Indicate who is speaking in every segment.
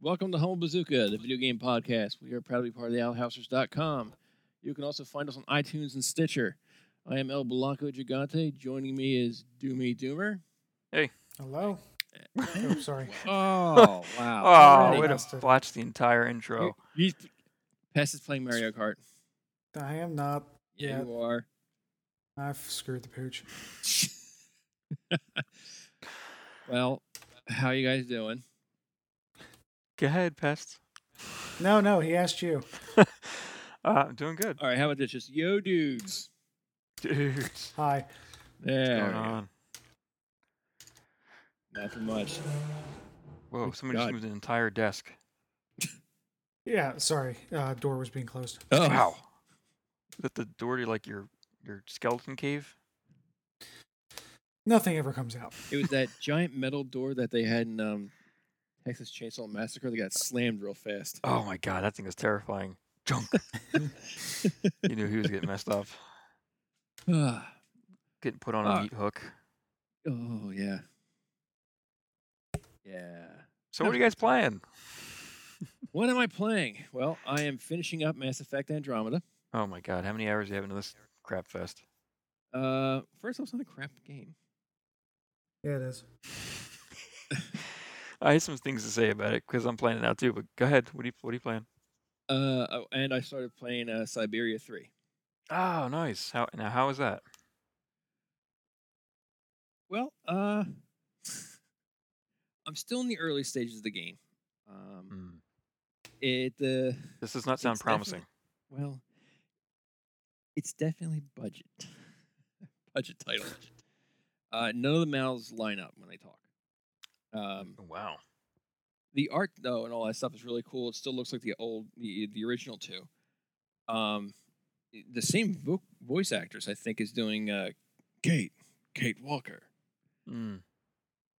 Speaker 1: Welcome to Humble Bazooka, the video game podcast. We are proud to be part of the Outhousers.com. You can also find us on iTunes and Stitcher. I am El Blanco Gigante. Joining me is Doomy Doomer.
Speaker 2: Hello. Oh, sorry.
Speaker 1: Oh, wow.
Speaker 2: Already
Speaker 3: Oh, way to
Speaker 2: messed it.
Speaker 3: botch the entire intro.
Speaker 1: He's, Pest is playing Mario Kart.
Speaker 2: I am not.
Speaker 1: Yeah,
Speaker 2: Yeah.
Speaker 1: you are.
Speaker 2: I've screwed the pooch.
Speaker 1: Well, how you guys doing?
Speaker 3: Go ahead, Pest.
Speaker 2: No, no, he asked you.
Speaker 3: Uh, I'm doing good.
Speaker 1: All right, how about this? Just yo, dudes.
Speaker 3: Dude, what's
Speaker 2: Hi.
Speaker 1: There.
Speaker 3: going
Speaker 1: we go.
Speaker 3: on?
Speaker 1: Nothing much.
Speaker 3: Whoa, somebody
Speaker 1: God.
Speaker 3: just moved an entire desk.
Speaker 2: Yeah, sorry. Uh, door was being closed.
Speaker 1: Oh,
Speaker 3: Wow. Is that the door to like your your skeleton cave?
Speaker 2: Nothing ever comes out.
Speaker 1: It was that giant metal door that they had in um, Texas Chainsaw Massacre that got slammed real fast.
Speaker 3: Oh my god, that thing is terrifying. Junk. you knew he was getting messed up.
Speaker 1: Ah,
Speaker 3: Getting put on a
Speaker 1: Ah.
Speaker 3: meat hook.
Speaker 1: oh yeah, yeah.
Speaker 3: So what are you guys playing?
Speaker 1: What am I playing? Well, I am finishing up Mass Effect Andromeda.
Speaker 3: Oh my god, how many hours do you have into this crap fest?
Speaker 1: Uh, first, off, it's not a crap game.
Speaker 2: Yeah, it is.
Speaker 3: I have some things to say about it because I'm playing it now too. But go ahead. What are you What are you playing?
Speaker 1: Uh, oh, and I started playing uh, Siberia Three.
Speaker 3: Oh, nice. How now? How is that?
Speaker 1: Well, uh, I'm still in the early stages of the game. Um,
Speaker 3: Hmm.
Speaker 1: it uh,
Speaker 3: This does not sound
Speaker 1: It's definitely-
Speaker 3: promising.
Speaker 1: well, it's definitely budget, budget title. Uh, none of the mouths line up when they talk. Um,
Speaker 3: wow.
Speaker 1: the art though and all that stuff is really cool. It still looks like the old, the, the original two. Um, i- the same vo- voice actress I think is doing uh, Kate, Kate Walker,
Speaker 3: Mm.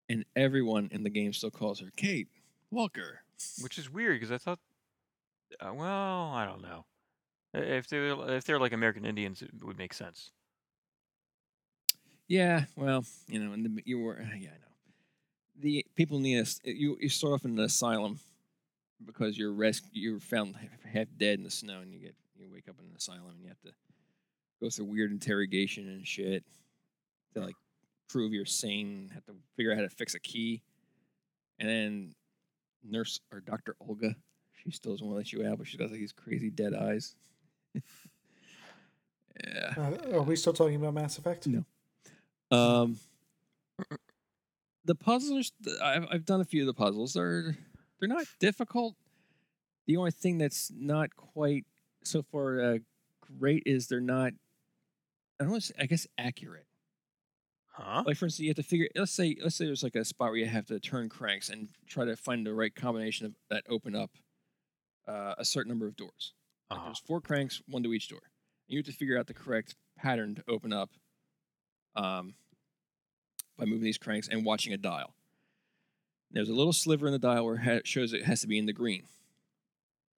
Speaker 1: and everyone in the game still calls her Kate Walker.
Speaker 3: Which is weird because I thought, uh, well, I don't know. I- If they were, if they're like American Indians, it would make sense.
Speaker 1: Yeah, well, you know, and the, you were, uh, yeah, I know. The people in the as- eh, you you start off in an asylum because you're res- you're found half- half dead in the snow, and you get you wake up in an asylum, and you have to go through weird interrogation and shit to like prove you're sane. Have to figure out how to fix a key, and then nurse or Doctor Olga, she still doesn't want to let you out, but she's got like these crazy dead eyes. yeah.
Speaker 2: Uh, are we still talking about Mass Effect?
Speaker 1: No. Um, the puzzles I've I've done a few of the puzzles. They're they're not difficult. The only thing that's not quite so far uh, great is they're not. I don't. wanna say- I guess accurate.
Speaker 3: Huh?
Speaker 1: Like for instance, you have to figure. Let's say let's say there's like a spot where you have to turn cranks and try to find the right combination of, that open up uh, a certain number of doors. Like,
Speaker 3: Uh-huh.
Speaker 1: There's four cranks, one to each door. And you have to figure out the correct pattern to open up um, by moving these cranks and watching a dial. There's a little sliver in the dial where ha- it shows it has to be in the green.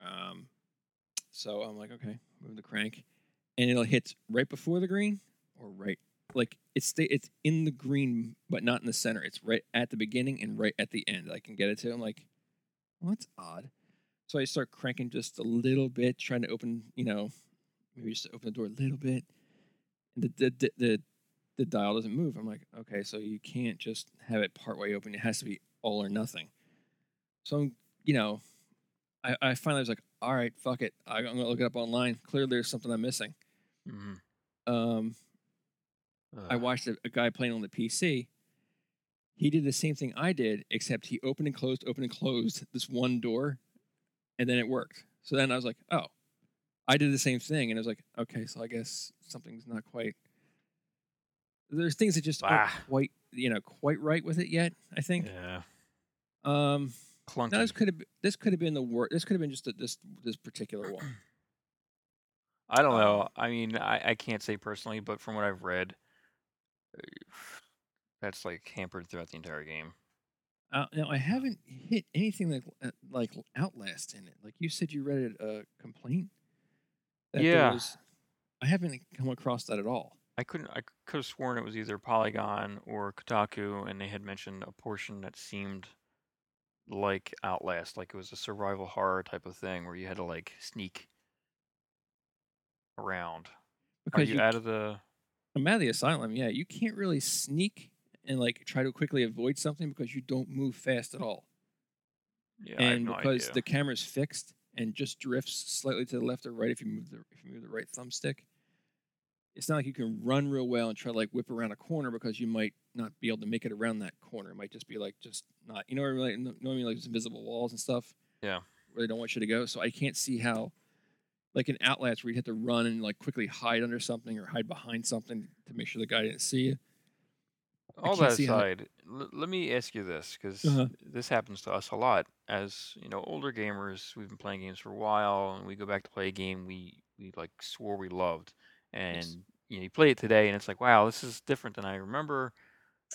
Speaker 1: Um, so I'm like, okay, move the crank, and it'll hit right before the green or right, like it's sta- it's in the green but not in the center. It's right at the beginning and right at the end. I can get it to. I'm like, well, that's odd. So I start cranking just a little bit, trying to open, you know, maybe just open the door a little bit. And the the the, the, the dial doesn't move. I'm like, okay, so you can't just have it part way open. It has to be all or nothing. So I'm, you know, I, I finally was like, all right, fuck it. I- I'm gonna look it up online. Clearly, there's something I'm missing.
Speaker 3: Mhm.
Speaker 1: Um, I
Speaker 3: Ugh.
Speaker 1: watched a, a guy playing on the PC. He did the same thing I did, except he opened and closed, opened and closed this one door, and then it worked. So then I was like, oh, I did the same thing, and I was like, okay, so I guess something's not quite. There's things that just aren't
Speaker 3: Ah.
Speaker 1: quite, you know, quite right with it yet. I think.
Speaker 3: Yeah.
Speaker 1: Um,
Speaker 3: Clunky.
Speaker 1: now this could have this could have been the worst. This could have been just the, this this particular one.
Speaker 3: I
Speaker 1: um
Speaker 3: don't know. I mean, I, I can't say personally, but from what I've read, uh, that's like hampered throughout the entire game.
Speaker 1: Uh, now I haven't hit anything like uh, like Outlast in it. Like you said, you read a uh, complaint. there
Speaker 3: Yeah.
Speaker 1: was- I haven't come across that at all.
Speaker 3: I couldn't. I could have sworn it was either Polygon or Kotaku, and they had mentioned a portion that seemed like Outlast, like it was a survival horror type of thing where you had to like sneak around. Are
Speaker 1: Because
Speaker 3: you, out of the?
Speaker 1: I'm out of the asylum. Yeah, you can't really sneak and like try to quickly avoid something because you don't move fast at all.
Speaker 3: Yeah, I have
Speaker 1: and
Speaker 3: no
Speaker 1: because
Speaker 3: idea.
Speaker 1: the camera's fixed and just drifts slightly to the left or right if you move the if you move the right thumbstick, it's not like you can run real well and try to like whip around a corner because you might not be able to make it around that corner. It might just be like just not you know what I mean? Like, you know what I mean? Like there's invisible walls and stuff.
Speaker 3: Yeah.
Speaker 1: Where they don't want you to go. So I can't see how like an outlast where you'd have to run and like quickly hide under something or hide behind something to make sure the guy didn't see you.
Speaker 3: all
Speaker 1: can't
Speaker 3: that
Speaker 1: see how that-
Speaker 3: aside, l- let me ask you this because
Speaker 1: Uh-huh.
Speaker 3: this happens to us a lot as you know older gamers. We've been playing games for a while, and we go back to play a game we we like swore we loved, and
Speaker 1: Yes.
Speaker 3: you know you play it today, and it's like wow, this is different than I remember.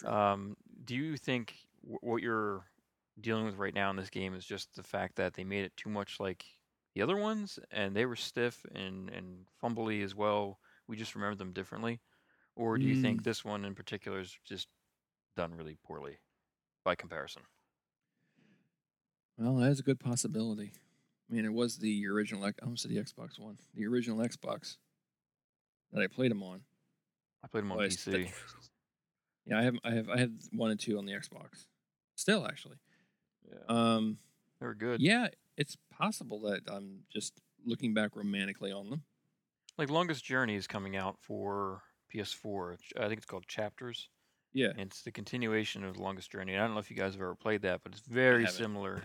Speaker 3: Um, do you think w- what you're dealing with right now in this game is just the fact that they made it too much like the other ones, and they were stiff and and fumbly as well? We just remember them differently, or do you think
Speaker 1: Mm.
Speaker 3: this one in particular is just done really poorly by comparison?
Speaker 1: Well, that is a good possibility. I mean, it was the original. X- I almost said the Xbox One, the original Xbox that I played them on.
Speaker 3: I played them on
Speaker 1: was that-
Speaker 3: PC.
Speaker 1: yeah, I have, I have, I have one and two on the Xbox. Still, actually,
Speaker 3: Yeah.
Speaker 1: um,
Speaker 3: They were good.
Speaker 1: yeah, it's possible that I'm just looking back romantically on them.
Speaker 3: Like Longest Journey is coming out for PS4. Ch- I think it's called Chapters.
Speaker 1: Yeah,
Speaker 3: And it's the continuation of Longest Journey. And I don't know if you guys have ever played that, but it's very
Speaker 1: haven't.
Speaker 3: similar,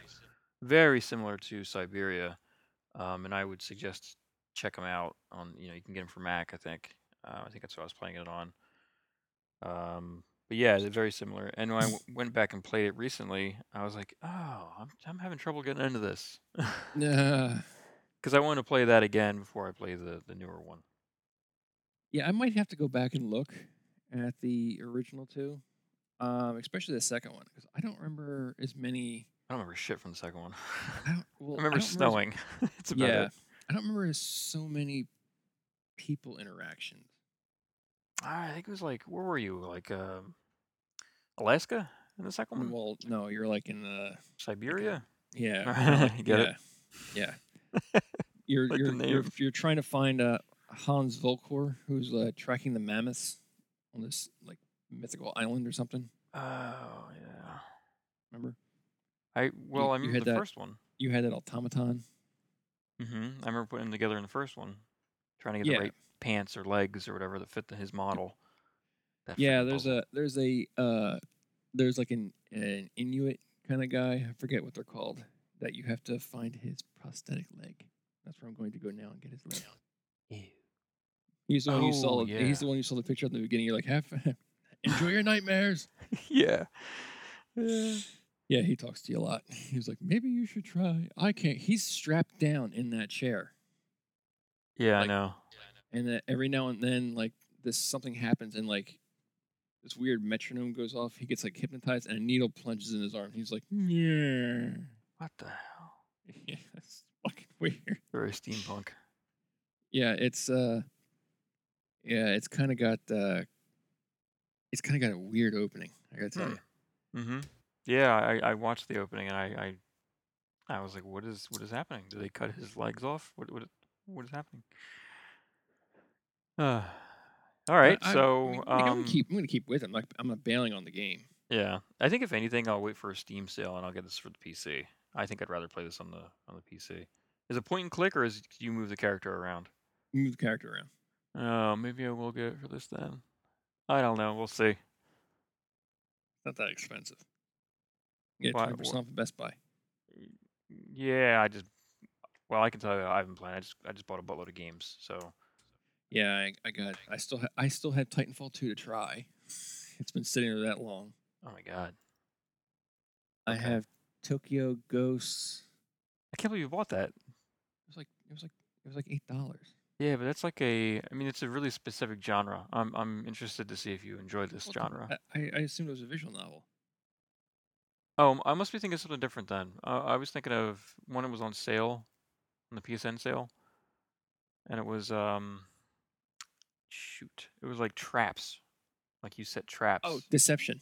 Speaker 3: very similar to Siberia. Um, and I would suggest check them out on. You know, you can get them for Mac. I think. Uh, I think that's what I was playing it on. Um, but yeah, they're very similar. And when I w- went back and played it recently, I was like, oh, I'm, I'm having trouble getting into this.
Speaker 1: Nah.
Speaker 3: because I want to play that again before I play the, the newer one.
Speaker 1: yeah, I might have to go back and look at the original two, um, especially the second one because I don't remember as many.
Speaker 3: I don't remember shit from the second one.
Speaker 1: I don't. Well,
Speaker 3: I
Speaker 1: I
Speaker 3: remember
Speaker 1: don't as-
Speaker 3: snowing. it's about
Speaker 1: yeah,
Speaker 3: it.
Speaker 1: I don't remember so many people interactions.
Speaker 3: I think it was like where were you? Like um Alaska in the second one?
Speaker 1: Well, no, you're like in the
Speaker 3: Siberia?
Speaker 1: yeah,
Speaker 3: you get
Speaker 1: yeah,
Speaker 3: it?
Speaker 1: yeah. You're
Speaker 3: Like the
Speaker 1: you're, you're
Speaker 3: name.
Speaker 1: you're trying to find uh, Hans Volkor, who's uh, tracking the mammoths on this like mythical island or something.
Speaker 3: Oh yeah.
Speaker 1: Remember,
Speaker 3: I well I
Speaker 1: you
Speaker 3: remember
Speaker 1: had
Speaker 3: the
Speaker 1: that-
Speaker 3: first one.
Speaker 1: you had that automaton.
Speaker 3: hmm I remember putting them together in the first one, trying to get
Speaker 1: Yeah.
Speaker 3: the right pants or legs or whatever that fit the, his model. That
Speaker 1: yeah,
Speaker 3: freaking
Speaker 1: there's
Speaker 3: puzzle.
Speaker 1: a there's a uh, there's like an an Inuit kind of guy. I forget what they're called. That you have to find his prosthetic leg. That's where I'm going to go now and get his leg.
Speaker 3: Ew.
Speaker 1: He's the one you
Speaker 3: Oh,
Speaker 1: saw.
Speaker 3: yeah.
Speaker 1: He's the one you saw the picture of in the beginning. You're like, have enjoy your nightmares.
Speaker 3: yeah. Yeah.
Speaker 1: Yeah, he talks to you a lot. He was like, maybe you should try. I can't. He's strapped down in that chair,
Speaker 3: Yeah, I
Speaker 1: Like,
Speaker 3: know.
Speaker 1: and that every now and then, like this something happens, and like this weird metronome goes off. He gets like hypnotized, and a needle plunges in his arm. He's like, yeah,
Speaker 3: What the hell?
Speaker 1: yeah, that's fucking weird.
Speaker 3: Very steampunk.
Speaker 1: Yeah, it's uh, yeah, it's kind of got uh, it's kind of got a weird opening. I gotta tell
Speaker 3: Hmm.
Speaker 1: you.
Speaker 3: Mm-hmm. Yeah, I, I watched the opening and I, I I was like, what is what is happening? Did they cut his legs off? What what what is happening? Uh, all
Speaker 1: I-
Speaker 3: right,
Speaker 1: I- I
Speaker 3: so
Speaker 1: mean, like, I'm
Speaker 3: um,
Speaker 1: gonna keep. I'm gonna keep with it. I'm not, I'm not bailing on the game.
Speaker 3: yeah, I think if anything, I'll wait for a Steam sale and I'll get this for the PC. I think I'd rather play this on the on the PC. Is it point and click or is do you move the character around?
Speaker 1: Move the character around.
Speaker 3: Oh, maybe I will get it for this then. I don't know. We'll see.
Speaker 1: Not that expensive. Get
Speaker 3: Why-
Speaker 1: twenty percent off at Best Buy.
Speaker 3: Yeah, I just well, I can tell you, I haven't played. I just I just bought a buttload of games, so oh
Speaker 1: Yeah, I, I got. I still. Ha- I still have Titanfall two to try. It's been sitting there that long.
Speaker 3: oh my god.
Speaker 1: I
Speaker 3: Okay.
Speaker 1: have Tokyo Ghosts.
Speaker 3: I can't believe you bought that.
Speaker 1: It was like. It was like. It was like eight dollars.
Speaker 3: Yeah, but that's like a. I mean, it's a really specific genre. I'm I'm interested to see if you enjoy this genre.
Speaker 1: I, I assumed it was a visual novel.
Speaker 3: Oh, m- I must be thinking of something different then. Uh, I was thinking of one that was on sale, on the PSN sale, and it was um, shoot, it was like traps, like you set traps.
Speaker 1: Oh, Deception.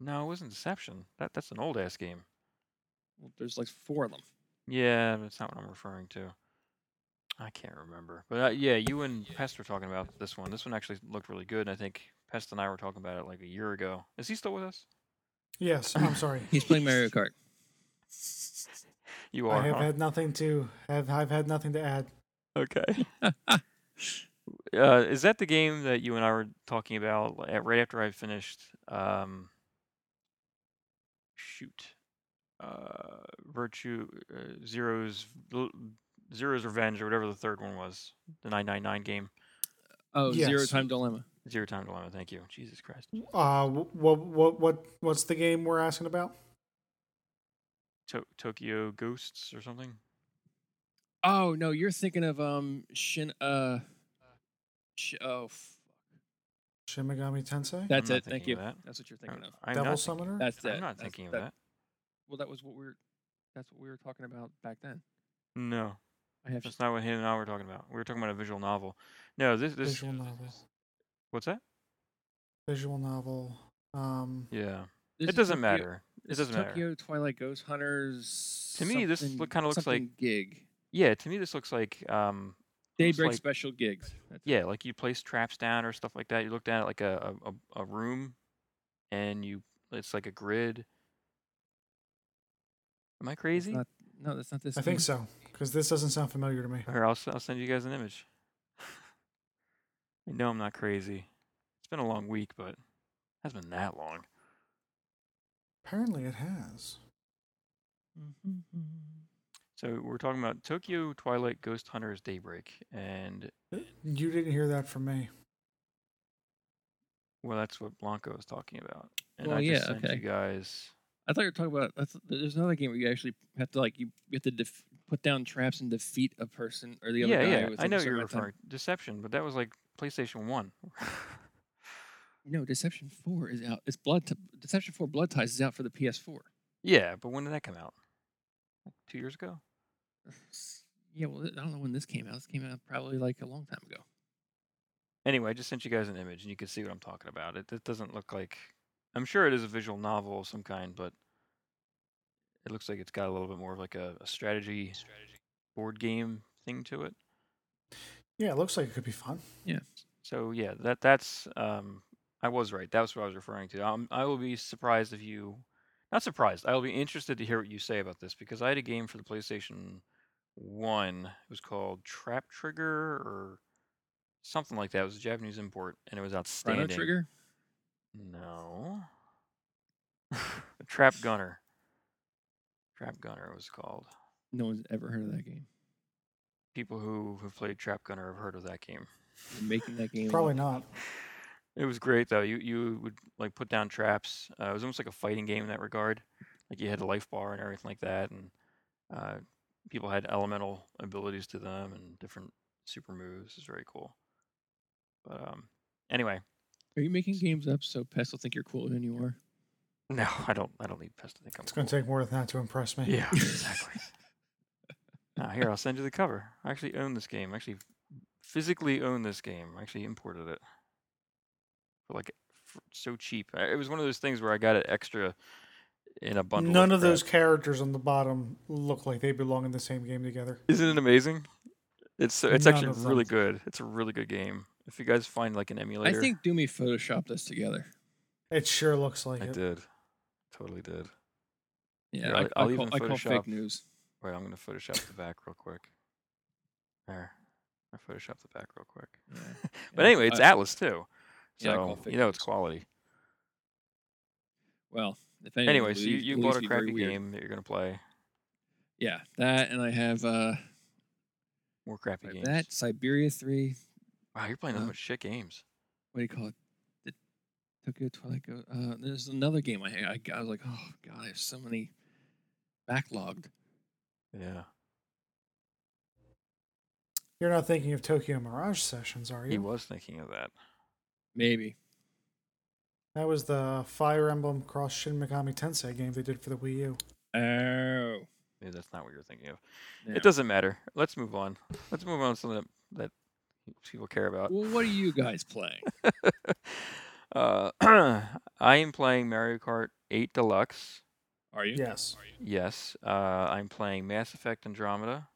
Speaker 3: no, it wasn't Deception. That that's an old ass game.
Speaker 1: Well, there's like four of them.
Speaker 3: Yeah, that's not what I'm referring to. I can't remember. But uh, yeah, you and Pest were talking about this one. This one actually looked really good, and I think Pest and I were talking about it like a year ago. Is he still with us?
Speaker 2: Yes, I'm sorry.
Speaker 1: He's playing Mario Kart.
Speaker 3: You are.
Speaker 2: I have
Speaker 3: huh?
Speaker 2: had nothing to have. I've had nothing to add.
Speaker 3: Okay. uh, is that the game that you and I were talking about li- at- right after I finished? Um, shoot, uh, Virtue uh, Zero's L- Zero's Revenge or whatever the third one was, the nine nine nine game,
Speaker 1: Oh, Zero
Speaker 2: Yes.
Speaker 1: Time Dilemma.
Speaker 3: Zero Time Dilemma. Thank you, Jesus Christ.
Speaker 2: Uh, what what what what's the game we're asking about?
Speaker 3: To- Tokyo Ghosts or something.
Speaker 1: Oh no, you're thinking of um Shin uh, sh- oh f-
Speaker 2: Shin Megami Tensei,
Speaker 1: that's
Speaker 3: not
Speaker 1: it. Thank
Speaker 3: thinking
Speaker 1: you.
Speaker 3: of that.
Speaker 1: That's what you're thinking of.
Speaker 3: I'm
Speaker 2: Devil
Speaker 3: not,
Speaker 2: Summoner.
Speaker 1: That's it.
Speaker 3: I'm not
Speaker 1: That's-
Speaker 3: thinking of that.
Speaker 1: Well, that was what we are That's what we were talking about back then.
Speaker 3: No,
Speaker 1: I have.
Speaker 3: that's not what him and I were talking about. We were talking about a visual novel. No, this this
Speaker 2: visual novel.
Speaker 3: what's that?
Speaker 2: Visual novel. Um,
Speaker 3: Yeah.
Speaker 1: this
Speaker 3: it
Speaker 1: is
Speaker 3: doesn't
Speaker 1: Tokyo-
Speaker 3: matter. It
Speaker 1: this is
Speaker 3: doesn't matter.
Speaker 1: Tokyo Twilight Ghost Hunters.
Speaker 3: To me, this
Speaker 1: something-
Speaker 3: look- kinda looks like-
Speaker 1: something gig.
Speaker 3: Yeah, to me this looks like um
Speaker 1: Daybreak
Speaker 3: like-
Speaker 1: special gigs. That's it.
Speaker 3: yeah, like you place traps down or stuff like that. You look down at like a a, a- a room and you it's like a grid. Am I
Speaker 1: That's
Speaker 3: crazy?
Speaker 1: not- no, that's not this.
Speaker 2: I think
Speaker 1: game.
Speaker 2: so because this doesn't sound familiar to me.
Speaker 3: Here, I'll, s- I'll send you guys an image. I know I'm not crazy. It's been a long week, but it hasn't been that long.
Speaker 2: Apparently, it has.
Speaker 1: Mm-hmm.
Speaker 3: So we're talking about Tokyo Twilight Ghost Hunters Daybreak, and
Speaker 2: You didn't hear that from me.
Speaker 3: well, that's what Blanco was talking about. And
Speaker 1: Well,
Speaker 3: I just
Speaker 1: yeah,
Speaker 3: sent
Speaker 1: okay.
Speaker 3: you guys.
Speaker 1: I thought you were talking about. I th- there's another game where you actually have to like you, you have to def- put down traps and defeat a person or the other
Speaker 3: yeah,
Speaker 1: guy.
Speaker 3: yeah.
Speaker 1: within
Speaker 3: I
Speaker 1: a
Speaker 3: know
Speaker 1: certain
Speaker 3: you're
Speaker 1: amount of time.
Speaker 3: referring Deception, but that was like PlayStation One.
Speaker 1: No, Deception Four is out. It's Blood. T- Deception Four Blood Ties is out for the PS4.
Speaker 3: yeah, but when did that come out? Like two years ago.
Speaker 1: Yeah, well, I don't know when this came out. This came out probably like a long time ago.
Speaker 3: Anyway, I just sent you guys an image, and you can see what I'm talking about. It, it doesn't look like. I'm sure it is a visual novel of some kind, but it looks like it's got a little bit more of like a, a strategy, strategy board game thing to it.
Speaker 2: Yeah, it looks like it could be fun.
Speaker 3: So yeah, that that's um, I was right. That was what I was referring to. Um, I will be surprised if you, not surprised. I will be interested to hear what you say about this because I had a game for the PlayStation One. It was called Trap Trigger or something like that. It was a Japanese import, and it was outstanding.
Speaker 1: Chrono Trigger.
Speaker 3: No. Trap Gunner. Trap Gunner it was called.
Speaker 1: No one's ever heard of that game.
Speaker 3: People who have played Trap Gunner have heard of that game.
Speaker 1: You're making that game.
Speaker 2: Probably
Speaker 1: up.
Speaker 2: not.
Speaker 3: It was great though. You you would like put down traps. Uh, it was almost like a fighting game in that regard. Like you had a life bar and everything like that, and uh, people had elemental abilities to them and different super moves. It's very cool. But um, anyway,
Speaker 1: Are you making games up so Pest will think you're cooler than you are?
Speaker 3: no, I don't. I don't need Pest to think I'm.
Speaker 2: It's going
Speaker 3: cool.
Speaker 2: to take more than that to impress me.
Speaker 3: Yeah, exactly. Ah, here, I'll send you the cover. I actually own this game. I actually physically own this game. I actually imported it for like for so cheap. I, it was one of those things where I got it extra in a bundle.
Speaker 2: None of
Speaker 3: crap.
Speaker 2: those characters on the bottom look like they belong in the same game together.
Speaker 3: Isn't it amazing? It's so, it's
Speaker 2: None
Speaker 3: actually
Speaker 2: of
Speaker 3: really
Speaker 2: them.
Speaker 3: good. It's a really good game. If you guys find like an emulator,
Speaker 1: I think Doomy photoshopped this together.
Speaker 2: It sure looks like
Speaker 3: I
Speaker 2: it.
Speaker 3: did. Totally did.
Speaker 1: Yeah,
Speaker 3: Yeah,
Speaker 1: I,
Speaker 3: I-
Speaker 1: I
Speaker 3: I'll
Speaker 1: call,
Speaker 3: even
Speaker 1: I call
Speaker 3: Photoshop.
Speaker 1: fake news.
Speaker 3: Wait, I'm gonna Photoshop the back real quick. There, I Photoshop the back real quick.
Speaker 1: Yeah.
Speaker 3: But
Speaker 1: Yeah,
Speaker 3: anyway, it's
Speaker 1: I-
Speaker 3: Atlas too.
Speaker 1: Yeah, I call
Speaker 3: So
Speaker 1: fake
Speaker 3: you know it's
Speaker 1: news.
Speaker 3: quality.
Speaker 1: Well, if anyone
Speaker 3: Anyway, so you,
Speaker 1: believes-
Speaker 3: you
Speaker 1: believes
Speaker 3: bought a
Speaker 1: me, very
Speaker 3: crappy
Speaker 1: weird.
Speaker 3: game that you're gonna play.
Speaker 1: Yeah, that and I have uh
Speaker 3: More crappy games.
Speaker 1: that Siberia Three.
Speaker 3: Wow, you're playing
Speaker 1: uh,
Speaker 3: that much shit games.
Speaker 1: What do you call it? The Tokyo Twilight. Go- uh, there's another game I, I I was like, oh god, I have so many backlogged.
Speaker 3: Yeah.
Speaker 2: You're not thinking of Tokyo Mirage Sessions, are
Speaker 3: He
Speaker 2: you?
Speaker 3: was thinking of that.
Speaker 1: Maybe
Speaker 2: That was the Fire Emblem Cross Shin Megami Tensei game they did for the Wii U.
Speaker 3: Uh,
Speaker 1: Oh.
Speaker 3: Maybe that's not what you're thinking of.
Speaker 1: no.
Speaker 3: It doesn't matter. Let's move on. Let's move on to something that, that people care about.
Speaker 1: Well, what are you guys playing?
Speaker 3: uh, I am playing Mario Kart 8 Deluxe.
Speaker 1: Are you?
Speaker 2: Yes.
Speaker 3: Yes, uh, I'm playing Mass Effect Andromeda,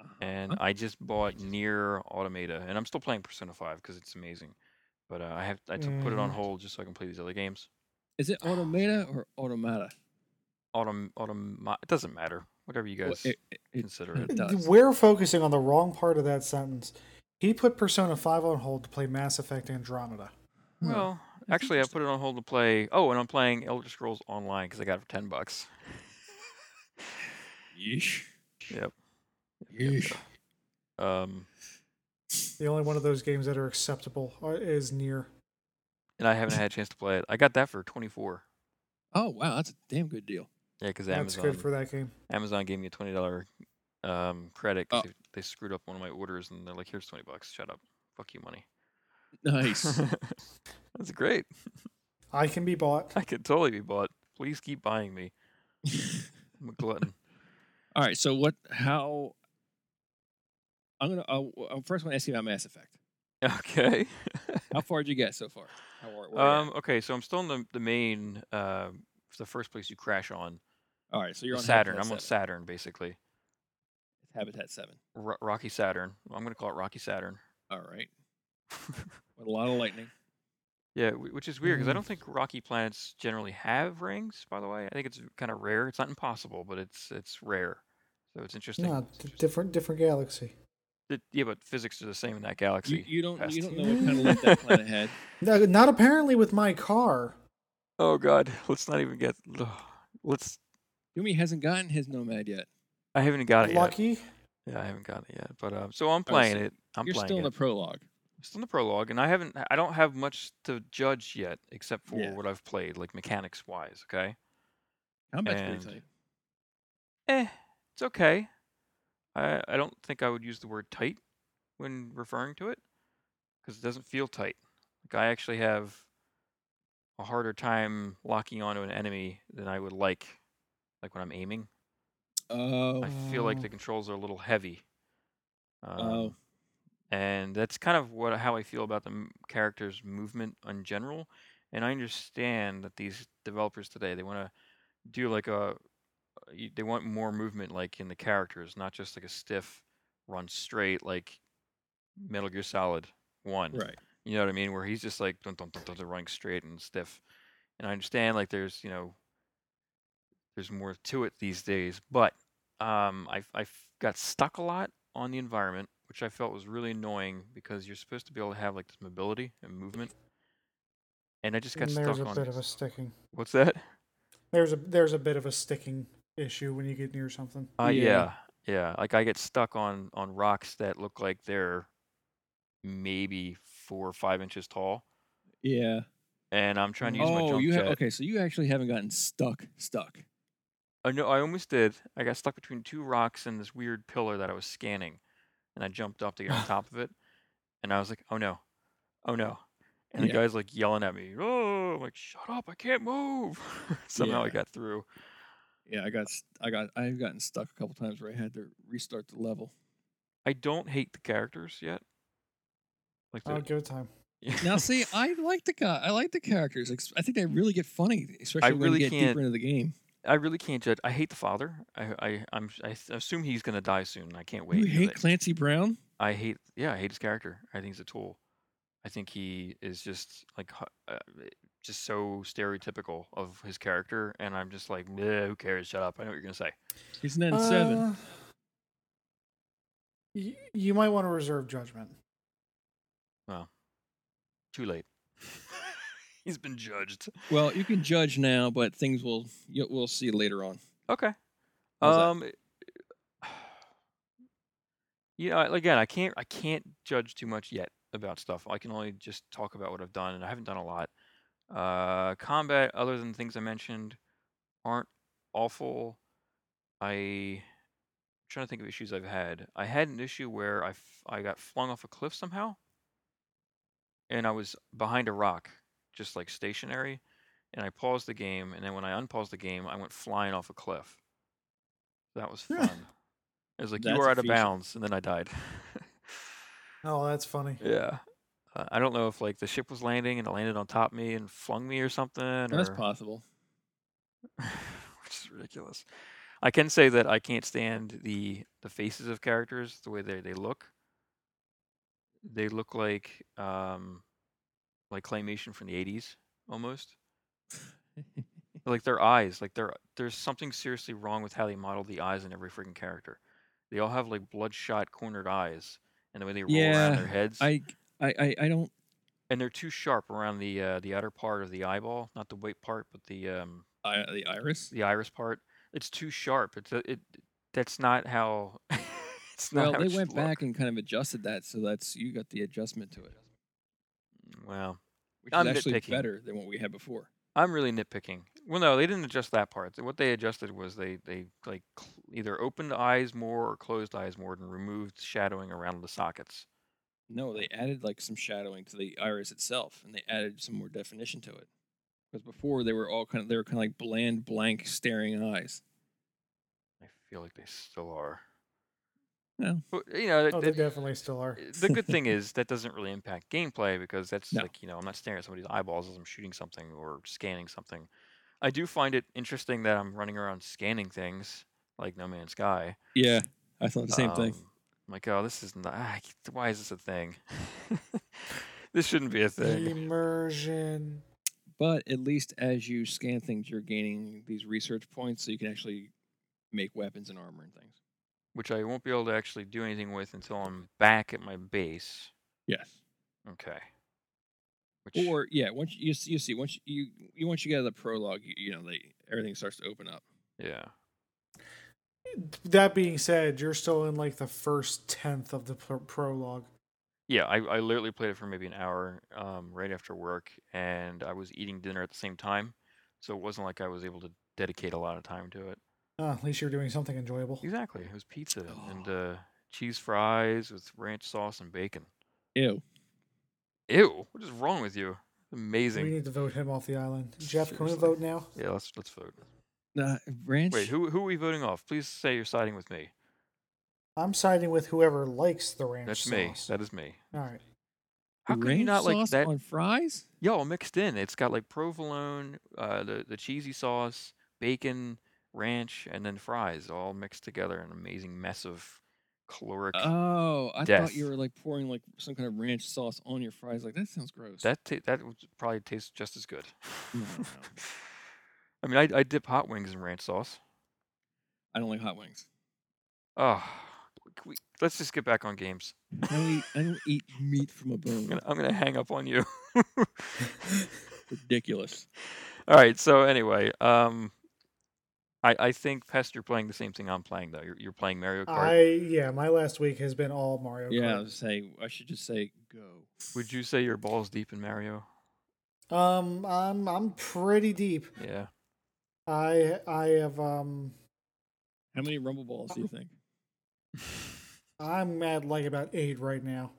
Speaker 1: Uh-huh.
Speaker 3: and I just bought Near Automata, and I'm still playing Persona 5 because it's amazing. But uh, I have I took, put it on
Speaker 2: Mhm.
Speaker 3: hold just so I can play these other games.
Speaker 1: Is it Automata or Automata?
Speaker 3: Autumn, autumn, it doesn't matter. Whatever you
Speaker 1: Well,
Speaker 3: guys
Speaker 1: it- it- it-
Speaker 3: consider it.
Speaker 1: It does.
Speaker 2: We're focusing on the wrong part of that sentence. He put Persona 5 on hold to play Mass Effect Andromeda.
Speaker 1: huh.
Speaker 3: Well,
Speaker 1: That's
Speaker 3: actually, I put it on hold to play. Oh, and I'm playing Elder Scrolls Online because I got it for ten bucks.
Speaker 1: Yeesh.
Speaker 3: Yep.
Speaker 1: Yeesh.
Speaker 3: Um,
Speaker 2: The only one of those games that are acceptable uh, is near.
Speaker 3: and I haven't had a chance to play it. I got that for twenty four.
Speaker 1: Oh wow, that's a damn good deal.
Speaker 3: Yeah, because
Speaker 2: That's
Speaker 3: Amazon
Speaker 2: good for that game.
Speaker 3: Amazon gave me a twenty dollar um credit 'cause
Speaker 1: Oh.
Speaker 3: they, they screwed up one of my orders and they're like, "Here's twenty bucks. Shut up. Fuck you, money."
Speaker 1: Nice.
Speaker 3: That's great.
Speaker 2: I can be bought.
Speaker 3: I could totally be bought. Please keep buying me. I'm a glutton.
Speaker 1: All right. So what? How? I'm gonna. Uh, I first want to ask you about Mass Effect.
Speaker 3: okay.
Speaker 1: How far did you get so far? How far? where you at?
Speaker 3: Um. Okay. So I'm still in the the main uh the first place you crash on.
Speaker 1: All right. So you're on
Speaker 3: Saturn. I'm
Speaker 1: Habitat
Speaker 3: on Saturn, basically.
Speaker 1: Habitat Seven.
Speaker 3: Ro Rocky Saturn. I'm going to call it Rocky Saturn.
Speaker 1: All right. With a lot of lightning.
Speaker 3: yeah, wh- which is weird because I
Speaker 2: Mm.
Speaker 3: don't think rocky planets generally have rings. By the way, I think it's kind of rare. It's not impossible, but it's it's rare. So it's interesting.
Speaker 2: No, d- different different galaxy.
Speaker 3: Th- yeah, but physics are the same in that
Speaker 1: You,
Speaker 3: galaxy.
Speaker 1: you don't. You
Speaker 3: past.
Speaker 1: don't know what kind of life that planet had.
Speaker 2: No, not apparently with my car.
Speaker 3: oh God, let's not even get. Let's.
Speaker 1: Yumi hasn't gotten his Nomad yet.
Speaker 3: I haven't got it yet.
Speaker 2: Lucky.
Speaker 3: Yeah, I haven't got it yet. But um, so I'm playing
Speaker 1: so
Speaker 3: it. I'm
Speaker 1: you're
Speaker 3: playing
Speaker 1: still
Speaker 3: it.
Speaker 1: in the prologue.
Speaker 3: still in the prologue, and I haven't. I don't have much to judge yet, except for
Speaker 1: Yeah.
Speaker 3: what I've played, like mechanics wise. Okay.
Speaker 1: Combat's pretty
Speaker 3: And-
Speaker 1: tight.
Speaker 3: Eh, it's okay. I I don't think I would use the word tight when referring to it, because it doesn't feel tight. Like I actually have a harder time locking onto an enemy than I would like. Like when I'm aiming,
Speaker 1: Oh,
Speaker 3: I feel like
Speaker 2: Oh.
Speaker 3: the controls are a little heavy. Um,
Speaker 1: Oh.
Speaker 3: and that's kind of what how I feel about the m- character's movement in general. And I understand that these developers today they want to do like a uh, y- they want more movement like in the characters, not just like a stiff run straight like Metal Gear Solid One.
Speaker 1: right.
Speaker 3: You know what I mean? Where he's just like dun, dun, dun, dun, dun, running straight and stiff. And I understand like there's you know there's more to it these days, but um, I I got stuck a lot on the environment, which I felt was really annoying because you're supposed to be able to have like this mobility and movement, and I just got
Speaker 2: And
Speaker 3: stuck
Speaker 2: there's a
Speaker 3: on.
Speaker 2: bit of a sticking.
Speaker 3: What's that?
Speaker 2: There's a there's a bit of a sticking issue when you get near something.
Speaker 3: Uh, yeah.
Speaker 1: Yeah.
Speaker 3: yeah, Like I get stuck on on rocks that look like they're maybe four or five inches tall,
Speaker 1: Yeah.
Speaker 3: and I'm trying to use my
Speaker 1: Oh,
Speaker 3: jump
Speaker 1: you
Speaker 3: jet.
Speaker 1: have. Okay, so you actually haven't gotten stuck. Stuck.
Speaker 3: I know I almost did. I got stuck between two rocks and this weird pillar that I was scanning, and I jumped up to get on top of it, and I was like, "Oh no, oh no!" And the
Speaker 1: Yeah.
Speaker 3: guy's like yelling at me, "Oh!" I'm like, "Shut up! I can't move." Somehow I
Speaker 1: Yeah.
Speaker 3: got through.
Speaker 1: Yeah, I got. s- I got. I've gotten stuck a couple times where I had to restart the level.
Speaker 3: I don't hate the characters yet. Like
Speaker 2: I'll
Speaker 3: the,
Speaker 2: give it time.
Speaker 1: Now, see, I like the guy. I like the characters. ex- I think they really get funny, especially when
Speaker 3: really
Speaker 1: you get
Speaker 3: can't-
Speaker 1: deeper into the game.
Speaker 3: I really can't judge. I hate the father. I I I'm, I s- assume he's gonna die soon. and I can't wait.
Speaker 1: you
Speaker 3: 'cause
Speaker 1: hate
Speaker 3: I-
Speaker 1: Clancy Brown?
Speaker 3: I hate, yeah, I hate his character. I think he's a tool. I think he is just like, hu- uh, just so stereotypical of his character, and I'm just like, "Nah, who cares? Shut up. I know what you're gonna say.
Speaker 1: He's an N7.
Speaker 2: Uh, y- you might want to reserve judgment.
Speaker 3: Too late. he's been judged.
Speaker 1: well, you can judge now, but things will you, we'll see later on.
Speaker 3: Okay.
Speaker 1: How's that?
Speaker 3: Um. Yeah. I- Again, I can't. I can't judge too much yet about stuff. I can only just talk about what I've done, and I haven't done a lot. Uh, combat, other than things I mentioned, aren't awful. I trying to think of issues I've had. I had an issue where I f- I got flung off a cliff somehow, and I was behind a rock, just like stationary. And I paused the game, and then when I unpaused the game, I went flying off a cliff. That was
Speaker 2: Yeah.
Speaker 3: fun. It was like you
Speaker 1: That's
Speaker 3: were
Speaker 1: a
Speaker 3: out of
Speaker 1: feature.
Speaker 3: bounds, and then I died.
Speaker 2: Oh, that's funny.
Speaker 3: yeah. Uh, I don't know if like the ship was landing and it landed on top of me and flung me or something.
Speaker 1: That's
Speaker 3: or...
Speaker 1: possible.
Speaker 3: It's ridiculous. I can say that I can't stand the the faces of characters, the way they they look. They look like um like claymation from the 80s almost. Like their eyes, like there there's something seriously wrong with how they model the eyes in every freaking character. They all have like bloodshot cornered eyes and the way they roll around
Speaker 1: Yeah,
Speaker 3: their heads
Speaker 1: I, I, I, I don't.
Speaker 3: and they're too sharp around the uh, the outer part of the eyeball, not the white part, but the um
Speaker 1: I, the iris.
Speaker 3: the iris part. It's too sharp. It's a, it. That's not how. it's not
Speaker 1: Well,
Speaker 3: how
Speaker 1: they
Speaker 3: it should
Speaker 1: went
Speaker 3: look.
Speaker 1: back and kind of adjusted that, so that's you got the adjustment to it,
Speaker 3: Well,
Speaker 1: which
Speaker 3: I'm
Speaker 1: is actually
Speaker 3: nitpicking.
Speaker 1: better than what we had before.
Speaker 3: I'm really nitpicking. Well, no, they didn't adjust that part. What they adjusted was they they like cl- either opened eyes more or closed eyes more and removed shadowing around the sockets.
Speaker 1: No, they added like some shadowing to the iris itself, and they added some more definition to it. Because before they were all kind of they were kind of like bland, blank, staring eyes.
Speaker 3: I feel like they still are.
Speaker 1: No.
Speaker 3: But, you know,
Speaker 2: Oh,
Speaker 3: it-
Speaker 2: they
Speaker 3: it-
Speaker 2: definitely still are.
Speaker 3: Uh, the good thing is that doesn't really impact gameplay because that's
Speaker 1: No.
Speaker 3: like you know I'm not staring at somebody's eyeballs as I'm shooting something or scanning something. I do find it interesting that I'm running around scanning things like No Man's Sky.
Speaker 1: Yeah, I thought the same thing.
Speaker 3: Um, I'm like, oh, this is not. ah, Why is this a thing? this shouldn't be a thing.
Speaker 2: Immersion.
Speaker 1: But at least as you scan things, you're gaining these research points, so you can actually make weapons and armor and things.
Speaker 3: Which I won't be able to actually do anything with until I'm back at my base.
Speaker 1: Yes.
Speaker 3: Okay. Which
Speaker 1: Or yeah, once you you see, you see once you, you you once you get out of the prologue, you, you know they everything starts to open up.
Speaker 3: yeah.
Speaker 2: That being said, you're still in like the first tenth of the pro- prologue.
Speaker 3: Yeah, I, I literally played it for maybe an hour um, right after work, and I was eating dinner at the same time, so it wasn't like I was able to dedicate a lot of time to it.
Speaker 2: Ah, at least you're doing something enjoyable.
Speaker 3: Exactly, it was pizza and
Speaker 1: Oh.
Speaker 3: uh, cheese fries with ranch sauce and bacon.
Speaker 1: Ew.
Speaker 3: Ew, what is wrong with you?
Speaker 2: We
Speaker 3: Amazing.
Speaker 2: need to vote him off the island. Jeff, can we
Speaker 3: Seriously.
Speaker 2: vote now?
Speaker 3: Yeah, let's let's vote.
Speaker 1: Uh, ranch.
Speaker 3: Wait, who who are we voting off? Please say you're siding with me.
Speaker 2: I'm siding with whoever likes the ranch
Speaker 3: That's me.
Speaker 2: sauce.
Speaker 3: That is me.
Speaker 2: All right.
Speaker 3: How could you
Speaker 1: Ranch
Speaker 3: not like
Speaker 1: sauce
Speaker 3: that?
Speaker 1: on fries?
Speaker 3: Yeah, all mixed in. It's got like provolone, uh, the the cheesy sauce, bacon, ranch, and then fries all mixed together in an amazing mess of caloric.
Speaker 1: Oh, I thought you
Speaker 3: Death.
Speaker 1: were like pouring like some kind of ranch sauce on your fries. Like that sounds gross.
Speaker 3: that ta- that would probably tastes just as good.
Speaker 1: No, no.
Speaker 3: I mean, I I dip hot wings in ranch sauce.
Speaker 1: I don't like hot wings.
Speaker 3: Oh, we, let's just get back on games.
Speaker 1: I don't eat, I don't eat meat from a
Speaker 3: I'm
Speaker 1: bone.
Speaker 3: gonna, I'm gonna hang up on you.
Speaker 1: Ridiculous.
Speaker 3: all right. So anyway, um, I I think Pest, you're playing the same thing I'm playing though. You're you're playing Mario Kart.
Speaker 2: I yeah, my last week has been all Mario
Speaker 1: Yeah, I
Speaker 2: Kart.
Speaker 1: was say I should just say go.
Speaker 3: Would you say you're balls deep in Mario?
Speaker 2: Um, I'm I'm pretty deep.
Speaker 3: Yeah.
Speaker 2: I I have um
Speaker 1: How many rumble balls do you think?
Speaker 2: I'm at like about eight right now.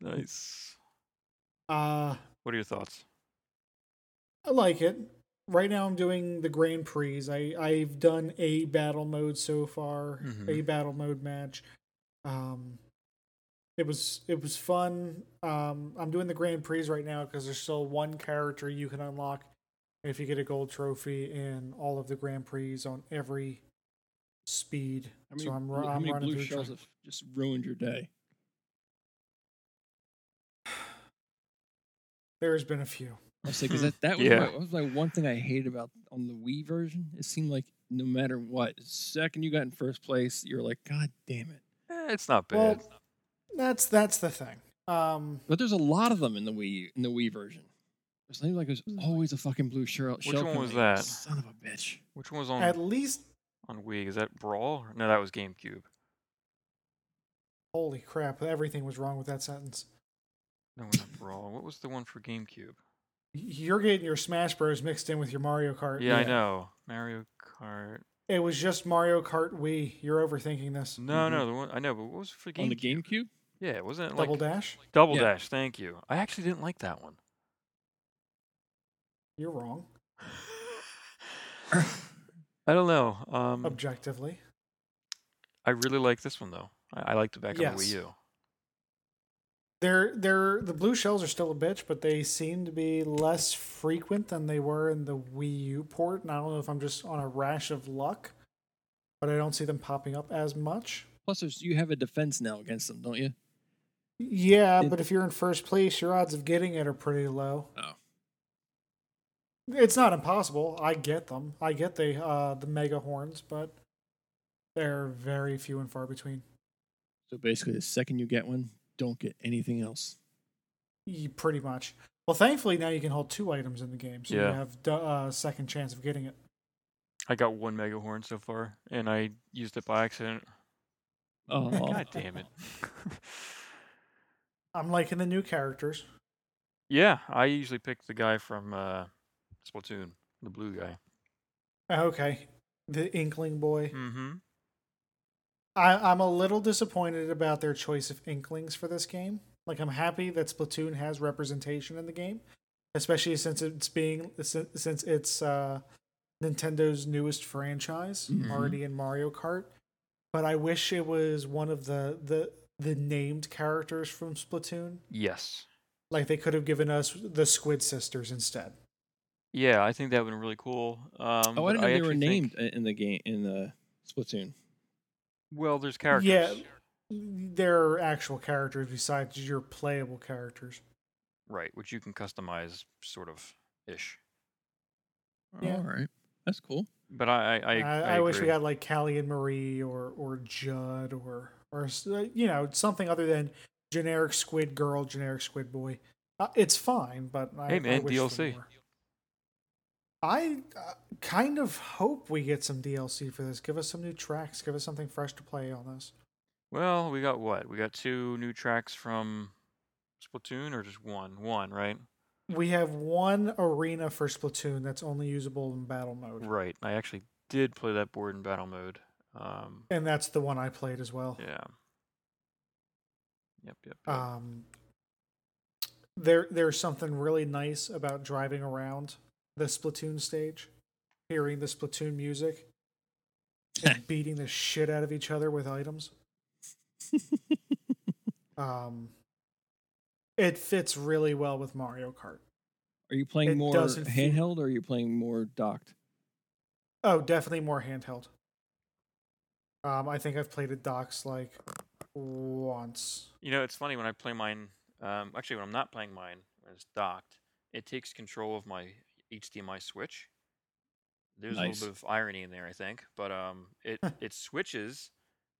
Speaker 3: nice.
Speaker 2: Uh,
Speaker 3: What are your thoughts?
Speaker 2: I like it. Right now, I'm doing the Grand Prix. I I've done a battle mode so far,
Speaker 1: Mm-hmm.
Speaker 3: Mhm.
Speaker 2: a battle mode match. Um, it was it was fun. Um, I'm doing the Grand Prix right now because there's still one character you can unlock if you get a gold trophy in all of the Grand Prix on every speed.
Speaker 1: How many,
Speaker 2: so I'm,
Speaker 1: blue-
Speaker 2: ru-
Speaker 1: how
Speaker 2: I'm
Speaker 1: many
Speaker 2: running
Speaker 1: blue
Speaker 2: through.
Speaker 1: shells
Speaker 2: trying-
Speaker 1: have just ruined your day?
Speaker 2: There's been a few.
Speaker 1: I was because that, that was,
Speaker 3: Yeah.
Speaker 1: my, that was my one thing I hated about on the Wii version. It seemed like no matter what, second you got in first place, you're like, God damn it.
Speaker 3: Eh, it's not
Speaker 2: Well,
Speaker 3: bad.
Speaker 2: That's that's the thing. Um,
Speaker 1: But there's a lot of them in the Wii in the Wii version. It seems like there's always a fucking blue shell. shell
Speaker 3: one was
Speaker 1: coming out.
Speaker 3: that?
Speaker 1: Son of a bitch.
Speaker 3: Which one was
Speaker 1: Um,
Speaker 3: on
Speaker 2: at least,
Speaker 3: on Wii? Is that Brawl? No, that was GameCube.
Speaker 2: holy crap! Everything was wrong with that sentence.
Speaker 3: No, not Brawl. What was the one for GameCube?
Speaker 2: You're getting your Smash Bros mixed in with your Mario Kart.
Speaker 3: Yeah, I
Speaker 1: yeah.
Speaker 3: know. Mario Kart.
Speaker 2: It was just Mario Kart Wii. You're overthinking this.
Speaker 3: No,
Speaker 1: Mhm.
Speaker 3: no, the one I know, but what was it for
Speaker 1: On the
Speaker 3: GameCube?
Speaker 1: GameCube?
Speaker 3: yeah, wasn't it like
Speaker 2: Double
Speaker 3: Double,
Speaker 2: Dash?
Speaker 1: Yeah.
Speaker 3: Dash? Thank you. I actually didn't like that one.
Speaker 2: You're wrong,
Speaker 3: I don't know. Um,
Speaker 2: objectively.
Speaker 3: I really like this one though. I, I liked it back on the
Speaker 2: Yes.
Speaker 3: Wii U.
Speaker 2: They're they're the blue shells are still a bitch, but they seem to be less frequent than they were in the Wii U port. And I don't know if I'm just on a rash of luck, but I don't see them popping up as much.
Speaker 1: Plus, there's, you have a defense now against them, don't you?
Speaker 2: Yeah,
Speaker 1: It-
Speaker 2: but if you're in first place, your odds of getting it are pretty low.
Speaker 1: Oh.
Speaker 2: It's not impossible. I get them. I get the uh the mega horns, but they're very few and far between.
Speaker 1: So basically, the second you get one, don't get anything else.
Speaker 2: Ye- Pretty much. Well, thankfully now you can hold two items in the game, so
Speaker 3: Yeah.
Speaker 2: you have du- uh, second chance of getting it.
Speaker 3: I got one mega horn so far, and I used it by accident.
Speaker 1: Oh,
Speaker 3: God damn it.
Speaker 2: I'm liking the new characters.
Speaker 3: yeah, I usually pick the guy from uh, Splatoon, the blue guy.
Speaker 2: Okay, the Inkling boy.
Speaker 3: Mm-hmm.
Speaker 2: I, I'm a little disappointed about their choice of Inklings for this game. Like, I'm happy that Splatoon has representation in the game, especially since it's being si- since it's uh, Nintendo's newest franchise
Speaker 1: Mhm.
Speaker 2: already in Mario Kart. But I wish it was one of the the the named characters from Splatoon.
Speaker 3: Yes.
Speaker 2: Like they could have given us the Squid Sisters instead.
Speaker 3: Yeah, I think that would be really cool. Um,
Speaker 1: Oh, I
Speaker 3: but
Speaker 1: didn't know they were
Speaker 3: actually
Speaker 1: named
Speaker 3: think-
Speaker 1: i- in the game in the Splatoon.
Speaker 3: well, there's characters.
Speaker 2: There are actual characters besides your playable characters.
Speaker 3: Right, which you can customize, sort of ish.
Speaker 1: Oh,
Speaker 2: Yeah.
Speaker 1: All right, that's cool.
Speaker 3: But I, I, I,
Speaker 2: I, I, wish we
Speaker 3: agree.
Speaker 2: had like Callie and Marie or or Judd or or s- uh, you know something other than generic Squid Girl, generic Squid Boy. Uh, it's fine, but I,
Speaker 3: Hey,
Speaker 2: I
Speaker 3: man,
Speaker 2: wish for
Speaker 3: DLC.
Speaker 2: more. I uh, kind of hope we get some DLC for this. Give us some new tracks. Give us something fresh to play on this.
Speaker 3: Well, we got what? We got two new tracks from Splatoon, or just one? One, right?
Speaker 2: We have one arena for Splatoon that's only usable in battle mode,
Speaker 3: Right. I actually did play that board in battle mode. Um,
Speaker 2: and that's the one I played as well.
Speaker 3: yeah. Yep, yep. yep.
Speaker 2: um there there's something really nice about driving around the splatoon stage hearing the splatoon music and beating the shit out of each other with items um it fits really well with mario kart
Speaker 1: Are you playing
Speaker 2: It
Speaker 1: more
Speaker 2: doesn't feel-
Speaker 1: handheld or are you playing more docked?
Speaker 2: oh definitely more handheld um i think i've played at docs like once
Speaker 3: You know, it's funny when I play mine. Um, actually, when I'm not playing mine, when it's docked, it takes control of my HDMI switch. There's
Speaker 1: Nice.
Speaker 3: a little bit of irony in there, I think, but um, it it switches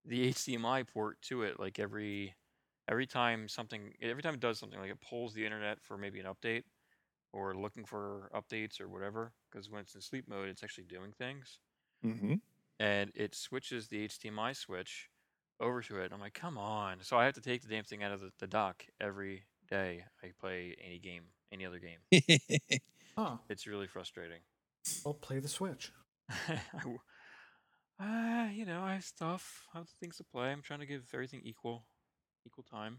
Speaker 3: the HDMI port to it like every every time something every time it does something like it pulls the internet for maybe an update or looking for updates or whatever because when it's in sleep mode it's actually doing things
Speaker 1: Mm-hmm.
Speaker 3: and it switches the HDMI switch over to it. And I'm like, come on. So I have to take the damn thing out of the, the dock every day I play any game, any other game.
Speaker 2: huh
Speaker 3: It's really frustrating.
Speaker 2: i'll play the switch
Speaker 3: I w- uh, you know, I have stuff, I have things to play. I'm trying to give everything equal, equal time,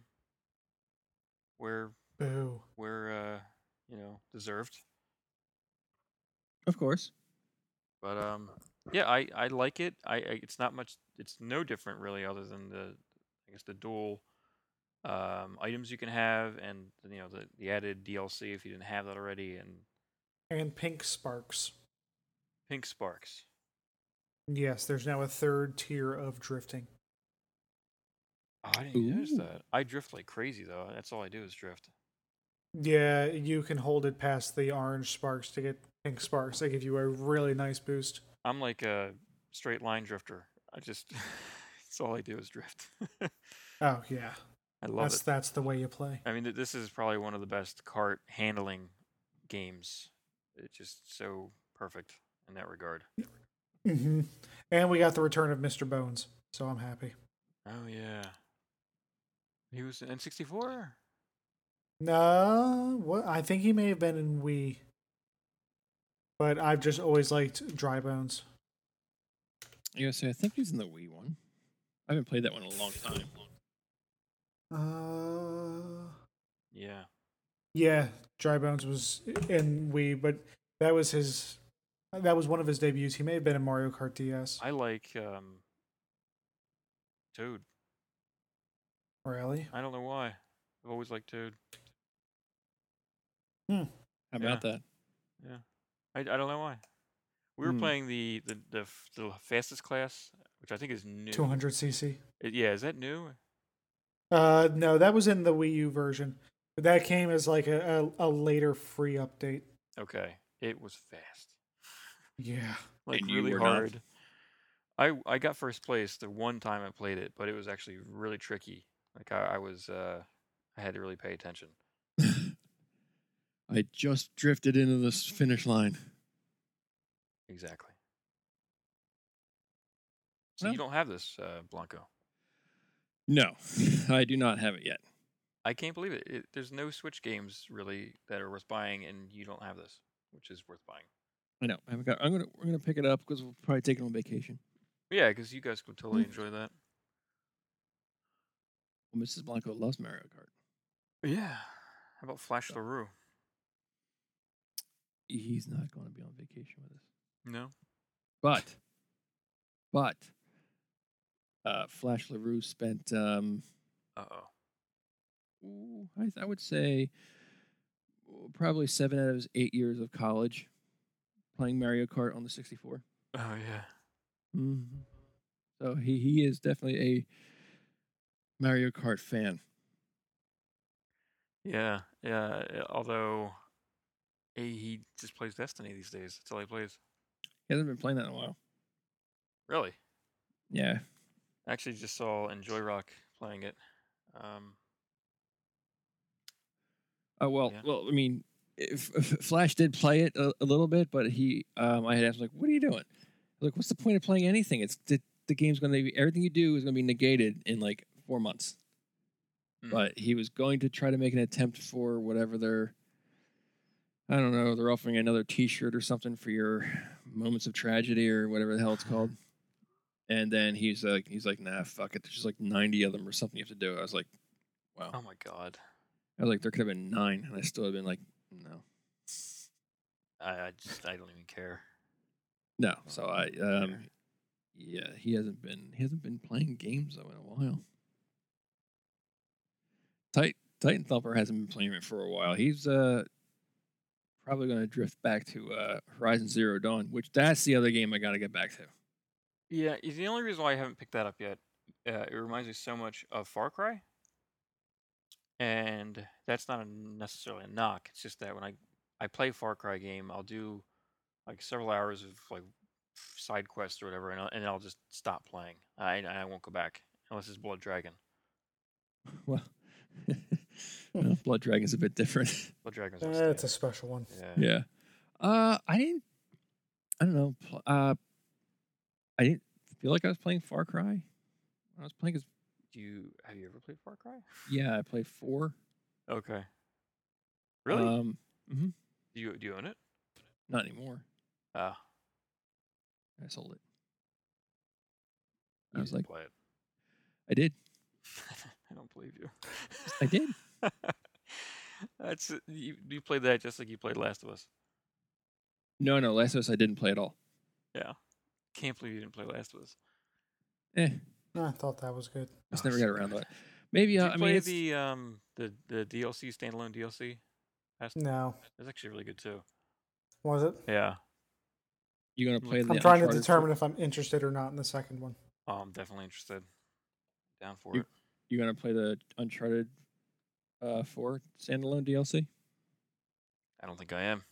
Speaker 3: where
Speaker 2: boo
Speaker 3: where uh, you know deserved.
Speaker 1: of course.
Speaker 3: But um, yeah, I, I like it. I, I it's not much. It's no different really, other than the I guess the dual um, items you can have, and you know the, the added DLC if you didn't have that already, and
Speaker 2: and pink sparks
Speaker 3: pink sparks.
Speaker 2: Yes, there's now a third tier of drifting.
Speaker 3: Oh, I didn't notice
Speaker 1: Ooh.
Speaker 3: that. I drift like crazy though. That's all I do is drift.
Speaker 2: Yeah, you can hold it past the orange sparks to get pink sparks. They give you a really nice boost.
Speaker 3: I'm like a straight line drifter. I just that's all I do is drift.
Speaker 2: Oh yeah,
Speaker 3: I love
Speaker 2: that's
Speaker 3: it.
Speaker 2: that's the way you play.
Speaker 3: I mean, th- this is probably one of the best cart handling games. It's just so perfect in that regard.
Speaker 2: hmm And we got the return of Mr. Bones, so I'm happy.
Speaker 3: Oh yeah. He was in N64.
Speaker 2: No, what I think he may have been in Wii, but I've just always liked Dry Bones.
Speaker 1: I gotta say, I think he's in the Wii one. I haven't played that one in a long time.
Speaker 2: Uh,
Speaker 3: Yeah.
Speaker 2: yeah, Dry Bones was in Wii, but that was his. That was one of his debuts. He may have been in Mario Kart DS.
Speaker 3: I like um Toad.
Speaker 2: Really?
Speaker 3: I don't know why. I've always liked to.
Speaker 1: How about that?
Speaker 3: I, I don't know why. We were
Speaker 1: Hmm.
Speaker 3: playing the the, the f- the fastest class, which I think is new.
Speaker 2: Two hundred cc.
Speaker 3: Uh, Yeah, is that new?
Speaker 2: Uh, no, that was in the Wii U version. But that came as like a, a, a later free update.
Speaker 3: Okay, it was fast,
Speaker 2: Yeah.
Speaker 3: like
Speaker 1: And you
Speaker 3: really
Speaker 1: were not?
Speaker 3: hard. I I got first place the one time I played it, but it was actually really tricky. Like I, I was uh I had to really pay attention.
Speaker 1: I just drifted into this finish line.
Speaker 3: Exactly. So you
Speaker 1: Well-
Speaker 3: don't have this uh, Blanco.
Speaker 1: No, I do not have it yet.
Speaker 3: I can't believe it. it. There's no Switch games really that are worth buying, and you don't have this, which is worth buying.
Speaker 1: I know. I haven't got. I'm gonna. We're gonna pick it up because we'll probably take it on vacation.
Speaker 3: Yeah, because you guys could
Speaker 1: Mm.
Speaker 3: totally enjoy that.
Speaker 1: Well, Mrs. Blanco loves Mario Kart.
Speaker 3: Yeah. How about Flash LaRue?
Speaker 1: He's not going to be on vacation with us.
Speaker 3: No.
Speaker 1: But, but, uh, Flash Larue spent. Um,
Speaker 3: Uh oh.
Speaker 1: ooh, I, I would say oh, probably seven out of his eight years of college playing Mario Kart on the 64.
Speaker 3: Oh yeah.
Speaker 1: Mm-hmm. So he he is definitely a Mario Kart fan.
Speaker 3: Yeah. Yeah. uh, Although, eh, he just plays Destiny these days. That's all he plays.
Speaker 1: He hasn't been playing that in a while.
Speaker 3: Really?
Speaker 1: Yeah,
Speaker 3: I actually just saw Enjoy Rock playing it. Um.
Speaker 1: Oh well,
Speaker 3: Yeah.
Speaker 1: well, I mean, if, if Flash did play it a, a little bit, but he, um, I had asked like, "What are you doing?" Like, what's the point of playing anything? It's the, the game's going to be everything you do is going to be negated in like four months.
Speaker 3: Mm.
Speaker 1: But he was going to try to make an attempt for whatever they're, I don't know, they're offering another T-shirt or something for your moments of tragedy or whatever the hell it's called. And then he's like, he's like, nah, fuck it. There's just like 90 of them or something you have to do. I was like, wow.
Speaker 3: Oh my God.
Speaker 1: I was like, there could have been nine, and I still have been like, no.
Speaker 3: I, I just I don't even care.
Speaker 1: No, so
Speaker 3: Oh,
Speaker 1: I um,
Speaker 3: Fair.
Speaker 1: yeah, he hasn't been he hasn't been playing games though in a while. Tight Titan Thumper hasn't been playing it for a while. He's uh probably going to drift back to uh Horizon Zero Dawn, which that's the other game I got to get back to.
Speaker 3: Yeah, y- the only reason why I haven't picked that up yet, uh, it reminds me so much of Far Cry, and that's not a, necessarily a knock. It's just that when I I play Far Cry game, I'll do like several hours of like side quests or whatever, and I'll, and I'll just stop playing. I and I won't go back unless it's Blood Dragon.
Speaker 1: Well, well, Blood Dragon's a bit different.
Speaker 3: Blood Dragon's my
Speaker 2: That's a
Speaker 3: stand.
Speaker 2: special one.
Speaker 3: yeah.
Speaker 1: yeah. Uh, I didn't. I don't know. pl- Uh, I didn't feel like I was playing Far Cry. When I was playing, 'cause-
Speaker 3: Do you have you ever played Far Cry?
Speaker 1: yeah, I played four.
Speaker 3: Okay. Really?
Speaker 1: Um,
Speaker 3: do you do you own it?
Speaker 1: not anymore.
Speaker 3: Uh,
Speaker 1: I sold it.
Speaker 3: you
Speaker 1: I was
Speaker 3: didn't
Speaker 1: like,
Speaker 3: play it.
Speaker 1: I did.
Speaker 3: I don't believe you.
Speaker 1: I did.
Speaker 3: That's you, you played that just like you played Last of Us.
Speaker 1: No, no, Last of Us I didn't play at all.
Speaker 3: Can't believe you didn't play Last of Us.
Speaker 1: Eh,
Speaker 2: I thought that was good.
Speaker 1: just
Speaker 3: Oh,
Speaker 1: never
Speaker 3: so
Speaker 1: got around to
Speaker 3: good.
Speaker 1: it. Maybe
Speaker 3: Did
Speaker 1: uh,
Speaker 3: you
Speaker 1: I
Speaker 3: play
Speaker 1: mean, it's-
Speaker 3: the um the the DLC standalone DLC?
Speaker 2: No,
Speaker 3: That's actually really good too.
Speaker 2: was it?
Speaker 3: Yeah,
Speaker 1: you're gonna play.
Speaker 3: I'm
Speaker 1: the
Speaker 2: I'm trying to
Speaker 1: Uncharted
Speaker 2: determine
Speaker 1: four-
Speaker 2: if I'm interested or not in the second one.
Speaker 3: oh, I'm definitely interested. Down for
Speaker 1: You-
Speaker 3: it.
Speaker 1: You're gonna play the Uncharted uh, four standalone DLC.
Speaker 3: I don't think I am.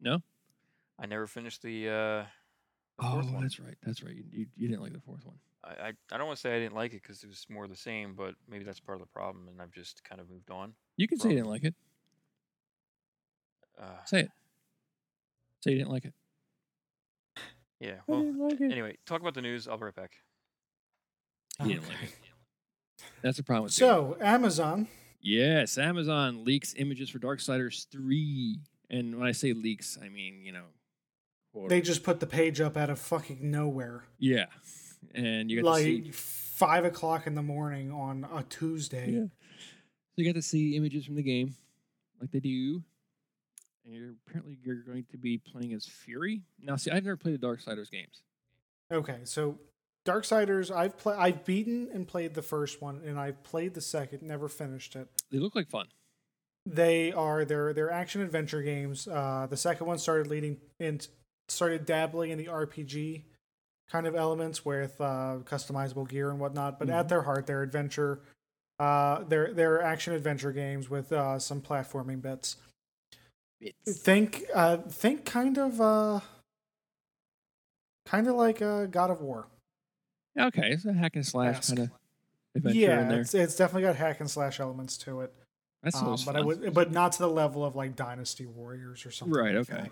Speaker 1: No?
Speaker 3: I never finished the. uh the
Speaker 1: Oh,
Speaker 3: fourth one.
Speaker 1: that's right. That's right. You, you you didn't like the fourth one.
Speaker 3: I, I I don't want to say I didn't like it because it was more the same, but maybe that's part of the problem, and I've just kind of moved on.
Speaker 1: You can say you
Speaker 3: Well-
Speaker 1: didn't like it.
Speaker 3: Uh,
Speaker 1: Say it. Say you didn't like it.
Speaker 3: yeah. Well,
Speaker 1: like it.
Speaker 3: anyway, talk about the news. I'll be right back.
Speaker 1: You didn't like it. That's the problem with Doom.
Speaker 2: So Amazon,
Speaker 1: Yes, Amazon leaks images for Darksiders 3. And when I say leaks, I mean, you know, quote-
Speaker 2: they just put the page up out of fucking nowhere,
Speaker 1: yeah. And you got to see
Speaker 2: like five o'clock in the morning on a Tuesday.
Speaker 1: Yeah. So you got to see images from the game like they do. And you're apparently you're going to be playing as Fury. Now see, I've never played the Darksiders games.
Speaker 2: Okay, so Darksiders, I've played, I've beaten and played the first one, and I've played the second, never finished it.
Speaker 1: They look like fun.
Speaker 2: They are they're they're action adventure games. Uh, the second one started leading and started dabbling in the RPG kind of elements with uh, customizable gear and whatnot. But
Speaker 1: Mm-hmm.
Speaker 2: at their heart, they're adventure. Uh, they're they're action adventure games with uh, some platforming bits.
Speaker 1: It's,
Speaker 2: Think uh, think kind of uh, kind of like uh, God of War.
Speaker 1: okay, it's a hack and slash
Speaker 2: Ask.
Speaker 1: kind of adventure in
Speaker 2: yeah,
Speaker 1: there.
Speaker 2: it's, it's definitely got hack and slash elements to it.
Speaker 1: That's
Speaker 2: Um,
Speaker 1: always
Speaker 2: but I
Speaker 1: fun.
Speaker 2: would, but not to the level of like Dynasty Warriors or something.
Speaker 1: Right,
Speaker 2: like
Speaker 1: okay.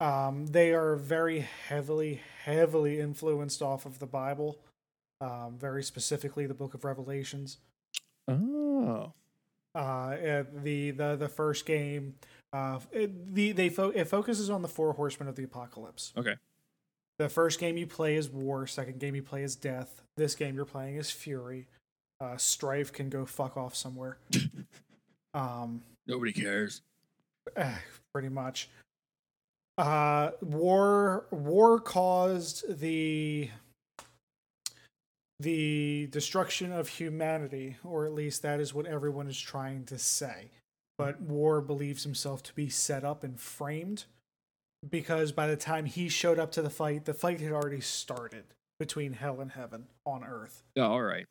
Speaker 2: that. Um, they are very heavily, heavily influenced off of the Bible, um, very specifically the Book of Revelations.
Speaker 1: Oh,
Speaker 2: Uh, and the the the first game, uh, it, the they fo- it focuses on the four horsemen of the apocalypse.
Speaker 1: Okay.
Speaker 2: The first game you play is war. Second game you play is death. This game you're playing is fury. Uh, strife can go fuck off somewhere. um,
Speaker 1: nobody cares.
Speaker 2: eh, pretty much. Uh, war war caused the the destruction of humanity, or at least that is what everyone is trying to say. But War believes himself to be set up and framed because by the time he showed up to the fight, the fight had already started between hell and heaven on earth.
Speaker 1: Oh, all right.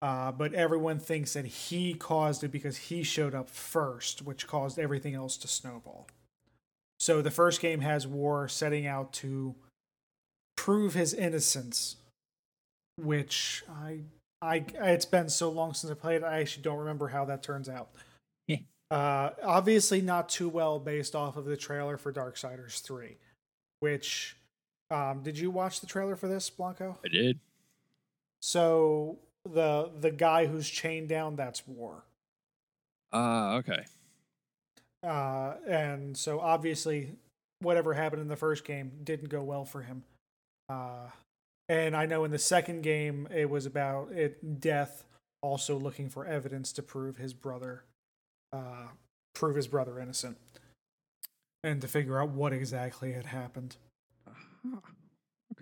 Speaker 2: Uh, but everyone thinks that he caused it because he showed up first, which caused everything else to snowball. So the first game has War setting out to prove his innocence, which I, I, it's been so long since I played. I actually don't remember how that turns out.
Speaker 1: Heh.
Speaker 2: uh, obviously, not too well based off of the trailer for Darksiders Three, which, um, did you watch the trailer for this, Blanco?
Speaker 1: I did.
Speaker 2: So the the guy who's chained down, that's War.
Speaker 1: Ah, okay.
Speaker 2: Uh, and so obviously, whatever happened in the first game didn't go well for him. Uh, and I know in the second game, it was about it death also looking for evidence to prove his brother, uh, prove his brother innocent, and to figure out what exactly had happened.
Speaker 1: Okay.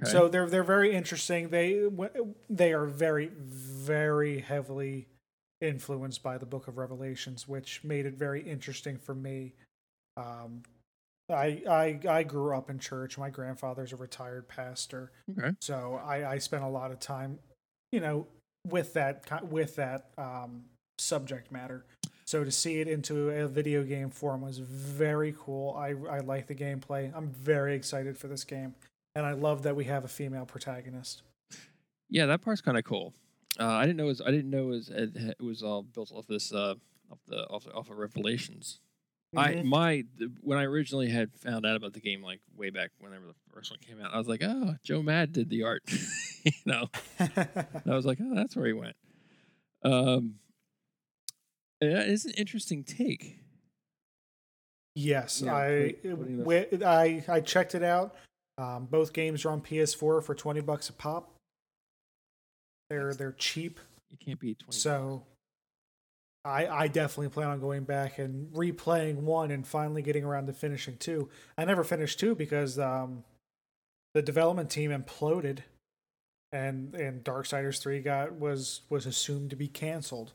Speaker 2: Uh-huh. So they're they're very interesting. They w- they are very very heavily influenced by the Book of Revelations, which made it very interesting for me. Um, I I I grew up in church. My grandfather's a retired pastor,
Speaker 1: okay.
Speaker 2: so I I spent a lot of time, you know, with that ki- with that um, subject matter. So to see it into a video game form was very cool. I I like the gameplay. I'm very excited for this game, and I love that we have a female protagonist.
Speaker 1: Yeah, that part's kind of cool. Uh, I didn't know it was, I didn't know it was, it was all built off this uh, off the off, off of Revelations. I
Speaker 2: Mhm.
Speaker 1: my the, when I originally had found out about the game like way back whenever the first one came out, I was like, oh, Joe Mad did the art, you know.
Speaker 2: Mm-hmm.
Speaker 1: And I was like, oh, that's where he went. Um, yeah, it's an interesting take.
Speaker 2: yes,
Speaker 1: Yeah,
Speaker 2: I
Speaker 1: putting- putting the-
Speaker 2: wi- I I checked it out. Um, both games are on PS4 for twenty bucks a pop. They're they're cheap.
Speaker 1: You can't be twenty.
Speaker 2: So I I definitely plan on going back and replaying one and finally getting around to finishing two. I never finished two because um the development team imploded and and Darksiders 3 got was was assumed to be canceled.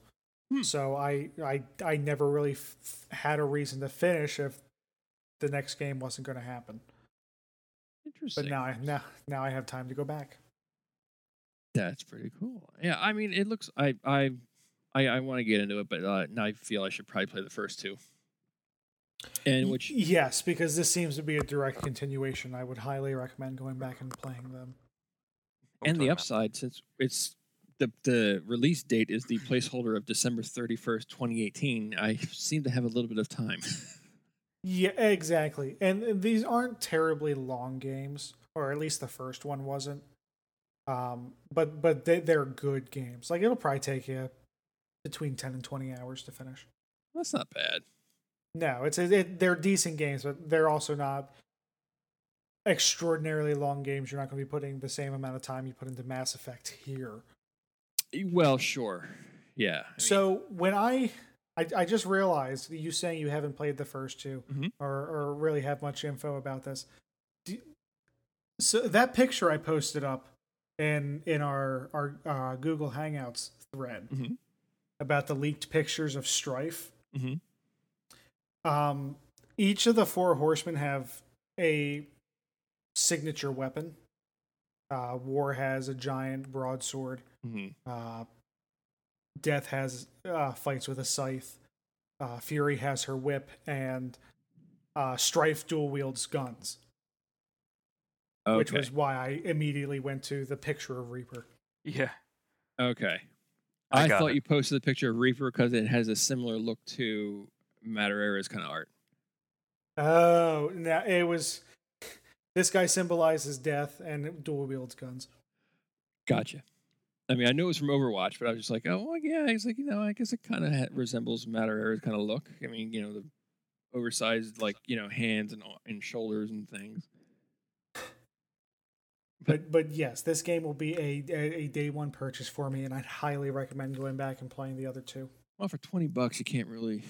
Speaker 1: Hmm.
Speaker 2: So I I I never really f- had a reason to finish if the next game wasn't going to happen.
Speaker 1: interesting.
Speaker 2: But now I now, now I have time to go back.
Speaker 1: That's pretty cool. Yeah, I mean, it looks. I I I, I want to get into it, but uh, now I feel I should probably play the first two. And which
Speaker 2: yes, because this seems to be a direct continuation. I would highly recommend going back and playing them.
Speaker 3: What we
Speaker 1: and the
Speaker 3: Oh, talking about?
Speaker 1: upside, since it's the the release date is the placeholder of December thirty first, twenty eighteen. I seem to have a little bit of time.
Speaker 2: Yeah, exactly. And and these aren't terribly long games, or at least the first one wasn't. Um, but but they they're good games. Like it'll probably take you between ten and twenty hours to finish.
Speaker 1: That's not bad.
Speaker 2: No, it's it, it, they're decent games, but they're also not extraordinarily long games. You're not going to be putting the same amount of time you put into Mass Effect here.
Speaker 1: Eh, Well, sure. Yeah. I mean,
Speaker 2: So when I, I I just realized that you saying you haven't played the first two
Speaker 1: Mhm.
Speaker 2: or or really have much info about this. Do, so that picture I posted up in in our our uh, Google Hangouts thread
Speaker 1: Mhm.
Speaker 2: about the leaked pictures of strife.
Speaker 1: Mhm.
Speaker 2: Um, each of the four horsemen have a signature weapon. Uh, War has a giant broadsword.
Speaker 1: Mhm.
Speaker 2: Uh, Death has uh, fights with a scythe. Uh, Fury has her whip, and uh, Strife dual wields guns,
Speaker 1: Okay.
Speaker 2: which was why I immediately went to the picture of Reaper.
Speaker 3: Yeah.
Speaker 1: okay.
Speaker 3: I
Speaker 1: I,
Speaker 3: got
Speaker 1: thought
Speaker 3: it.
Speaker 1: you posted the picture of Reaper because it has a similar look to Madureira's kind of art.
Speaker 2: Oh, no, it was. This guy symbolizes death and dual wields guns.
Speaker 1: Gotcha. I mean, I knew it was from Overwatch, but I was just like, oh, well, yeah. He's like, you know, I guess it kind of ha- resembles Madureira's kind of look. I mean, you know, the oversized, like, you know, hands and, all- and shoulders and things.
Speaker 2: But but yes, this game will be a, a a day one purchase for me, and I'd highly recommend going back and playing the other two.
Speaker 1: Well, for 20 bucks, you can't really,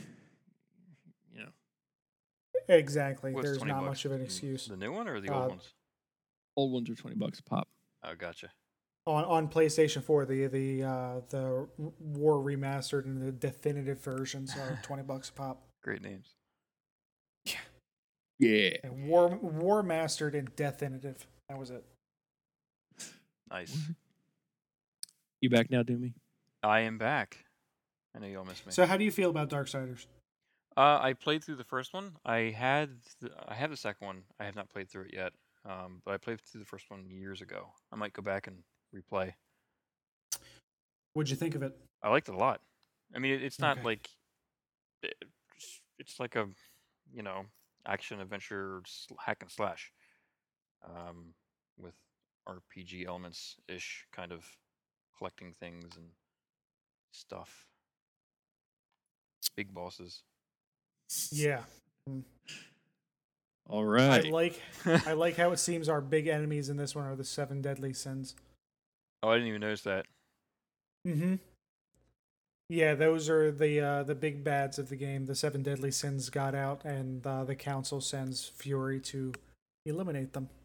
Speaker 1: you know,
Speaker 2: Exactly.
Speaker 3: What's
Speaker 2: There's
Speaker 3: 20
Speaker 2: not
Speaker 3: bucks?
Speaker 2: much of an
Speaker 3: Mm,
Speaker 2: excuse
Speaker 3: The new one or the
Speaker 2: Uh,
Speaker 3: old ones?
Speaker 1: old ones are 20 bucks a pop.
Speaker 3: Oh, gotcha.
Speaker 2: on on PlayStation Four. The the uh, the War remastered and the definitive versions are twenty bucks a pop.
Speaker 3: Great names.
Speaker 1: Yeah.
Speaker 2: And War War mastered and definitive. That was it.
Speaker 3: Nice.
Speaker 2: Mm-hmm.
Speaker 1: You back now, Doomy?
Speaker 3: I am back. I know you all missed me.
Speaker 2: So how do you feel about Darksiders?
Speaker 3: Uh, I played through the first one. I had th- I have the second one. I have not played through it yet. Um, but I played through the first one years ago. I might go back and replay.
Speaker 2: What'd you think of it?
Speaker 3: I liked it a lot. I mean, it, it's not
Speaker 2: Okay.
Speaker 3: like it's, it's like a you know action adventure sl- hack and slash, um, with RPG elements ish, kind of collecting things and stuff. Big bosses.
Speaker 2: Yeah,
Speaker 1: All
Speaker 2: I
Speaker 1: right.
Speaker 2: like
Speaker 3: oh,
Speaker 2: I like how it seems our big enemies in this one are the seven deadly sins.
Speaker 3: I didn't even notice that.
Speaker 2: Mm-hmm. Yeah, those are the uh, the big bads of the game. The seven deadly sins got out, and uh, the council sends Fury to eliminate them.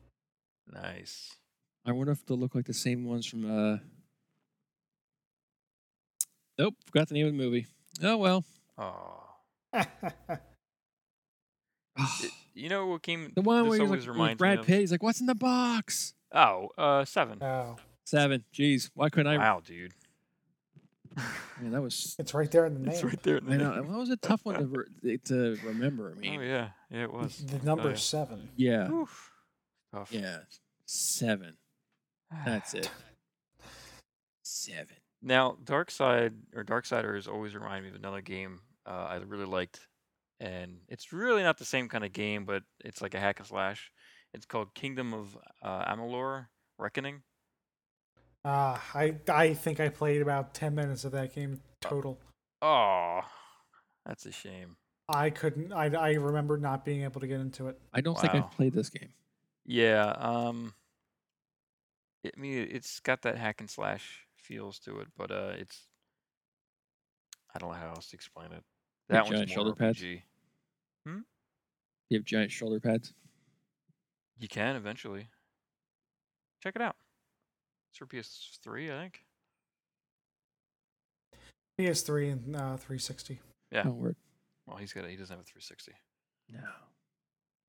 Speaker 3: Nice.
Speaker 1: I wonder if they'll look like the same ones from. uh Nope, forgot the name of the movie. Oh well.
Speaker 3: Oh, you know what game?
Speaker 1: the one
Speaker 3: this
Speaker 1: where he was, like,
Speaker 3: always
Speaker 1: with
Speaker 3: reminds me
Speaker 1: Brad
Speaker 3: of?
Speaker 1: Pitt. He's like, "What's in the box?"
Speaker 3: Oh, uh, seven.
Speaker 2: oh,
Speaker 1: Seven. Jeez, why couldn't I?
Speaker 3: wow, dude.
Speaker 1: Man, that was.
Speaker 2: it's right there in the name.
Speaker 3: it's right there. In the
Speaker 1: I know
Speaker 3: name.
Speaker 1: that was a tough one to ver- to remember. I mean,
Speaker 3: Oh yeah, yeah, it was.
Speaker 2: The number
Speaker 3: Oh, yeah.
Speaker 2: seven.
Speaker 1: yeah,
Speaker 3: Oof. Tough.
Speaker 1: yeah, seven. That's it. Seven.
Speaker 3: Now, Dark Side or Darksiders always remind me of another game uh, I really liked, and it's really not the same kind of game, but it's like a hack and slash. It's called Kingdom of uh, Amalur: Reckoning.
Speaker 2: Ah, I I think I played about ten minutes of that game total.
Speaker 3: Oh, that's a shame.
Speaker 2: I couldn't. I I remember not being able to get into it.
Speaker 1: I don't think
Speaker 3: Wow.
Speaker 1: I've played this game.
Speaker 3: Yeah. Um. I mean, it's got that hack and slash feels to it, but uh, it's I don't know how else to explain it.
Speaker 1: Like
Speaker 3: That one's
Speaker 1: giant
Speaker 3: more
Speaker 1: shoulder pads?
Speaker 3: RPG.
Speaker 1: You have giant shoulder pads.
Speaker 3: You can eventually. Check it out. It's for PS3, I think.
Speaker 2: PS3 and uh, 360.
Speaker 3: Yeah.
Speaker 1: No word.
Speaker 3: Well, he's got a, he doesn't have a 360.
Speaker 1: No.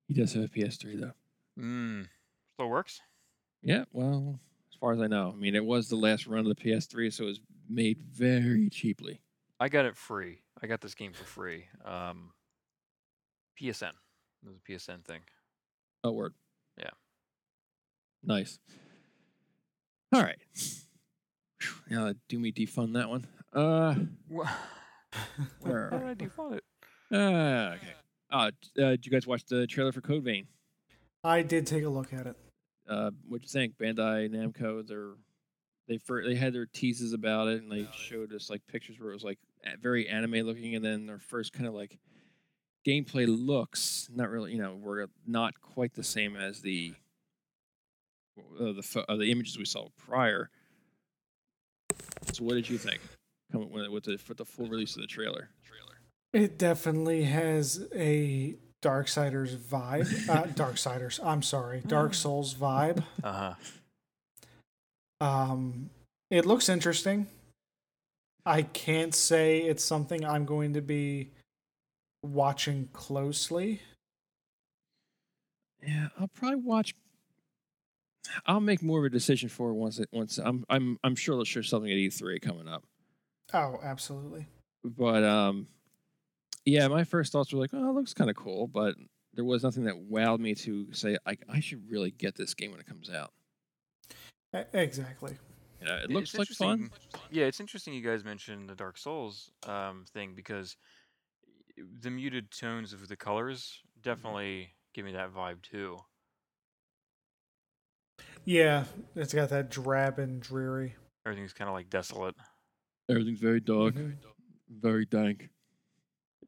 Speaker 1: He does have a PS3 though.
Speaker 3: Mm. Still works.
Speaker 1: Yeah, well, as far as I know, I mean, it was the last run of the PS3, so it was made very cheaply.
Speaker 3: I got it free. I got this game for free. Um, PSN. It was a PSN thing.
Speaker 1: Oh, word.
Speaker 3: Yeah.
Speaker 1: Nice. All right. Phew, Now that do me defund that one. Uh, where
Speaker 3: How
Speaker 1: are
Speaker 3: did I default it?
Speaker 1: we? Uh, okay. Uh, d- uh, did you guys watch the trailer for Code Vein?
Speaker 2: I did take a look at it.
Speaker 1: Uh, what you think? Bandai Namco, they're they fir- they had their teases about it, and they showed us like pictures where it was like a- very anime looking, and then their first kind of like gameplay looks not really, you know, were not quite the same as the uh, the pho- uh, the images we saw prior. So, what did you think? Coming with, with the with the full release of the trailer.
Speaker 2: It definitely has a Darksiders
Speaker 1: Mm.
Speaker 3: Uh-huh.
Speaker 2: vibe. Uh, Darksiders. I'm sorry. Dark Souls vibe.
Speaker 3: Uh huh.
Speaker 2: Um, it looks interesting. I can't say it's something I'm going to be watching closely.
Speaker 1: Yeah, I'll probably watch. I'll make more of a decision for it once. It, once I'm, I'm, I'm sure they'll show something at E3 coming up.
Speaker 2: Oh, absolutely.
Speaker 1: But um, yeah, my first thoughts were like, oh, it looks kind of cool, but there was nothing that wowed me to say I, I should really get this game when it comes out.
Speaker 2: E- Exactly.
Speaker 1: You know, it
Speaker 3: Yeah,
Speaker 1: looks
Speaker 3: it's
Speaker 1: like fun.
Speaker 3: Yeah, it's interesting you guys mentioned the Dark Souls um, thing because the muted tones of the colors definitely give me that vibe too.
Speaker 2: Yeah, it's got that drab and dreary.
Speaker 3: Everything's kind of like desolate.
Speaker 1: Everything's very dark,
Speaker 2: Mhm.
Speaker 1: very dank.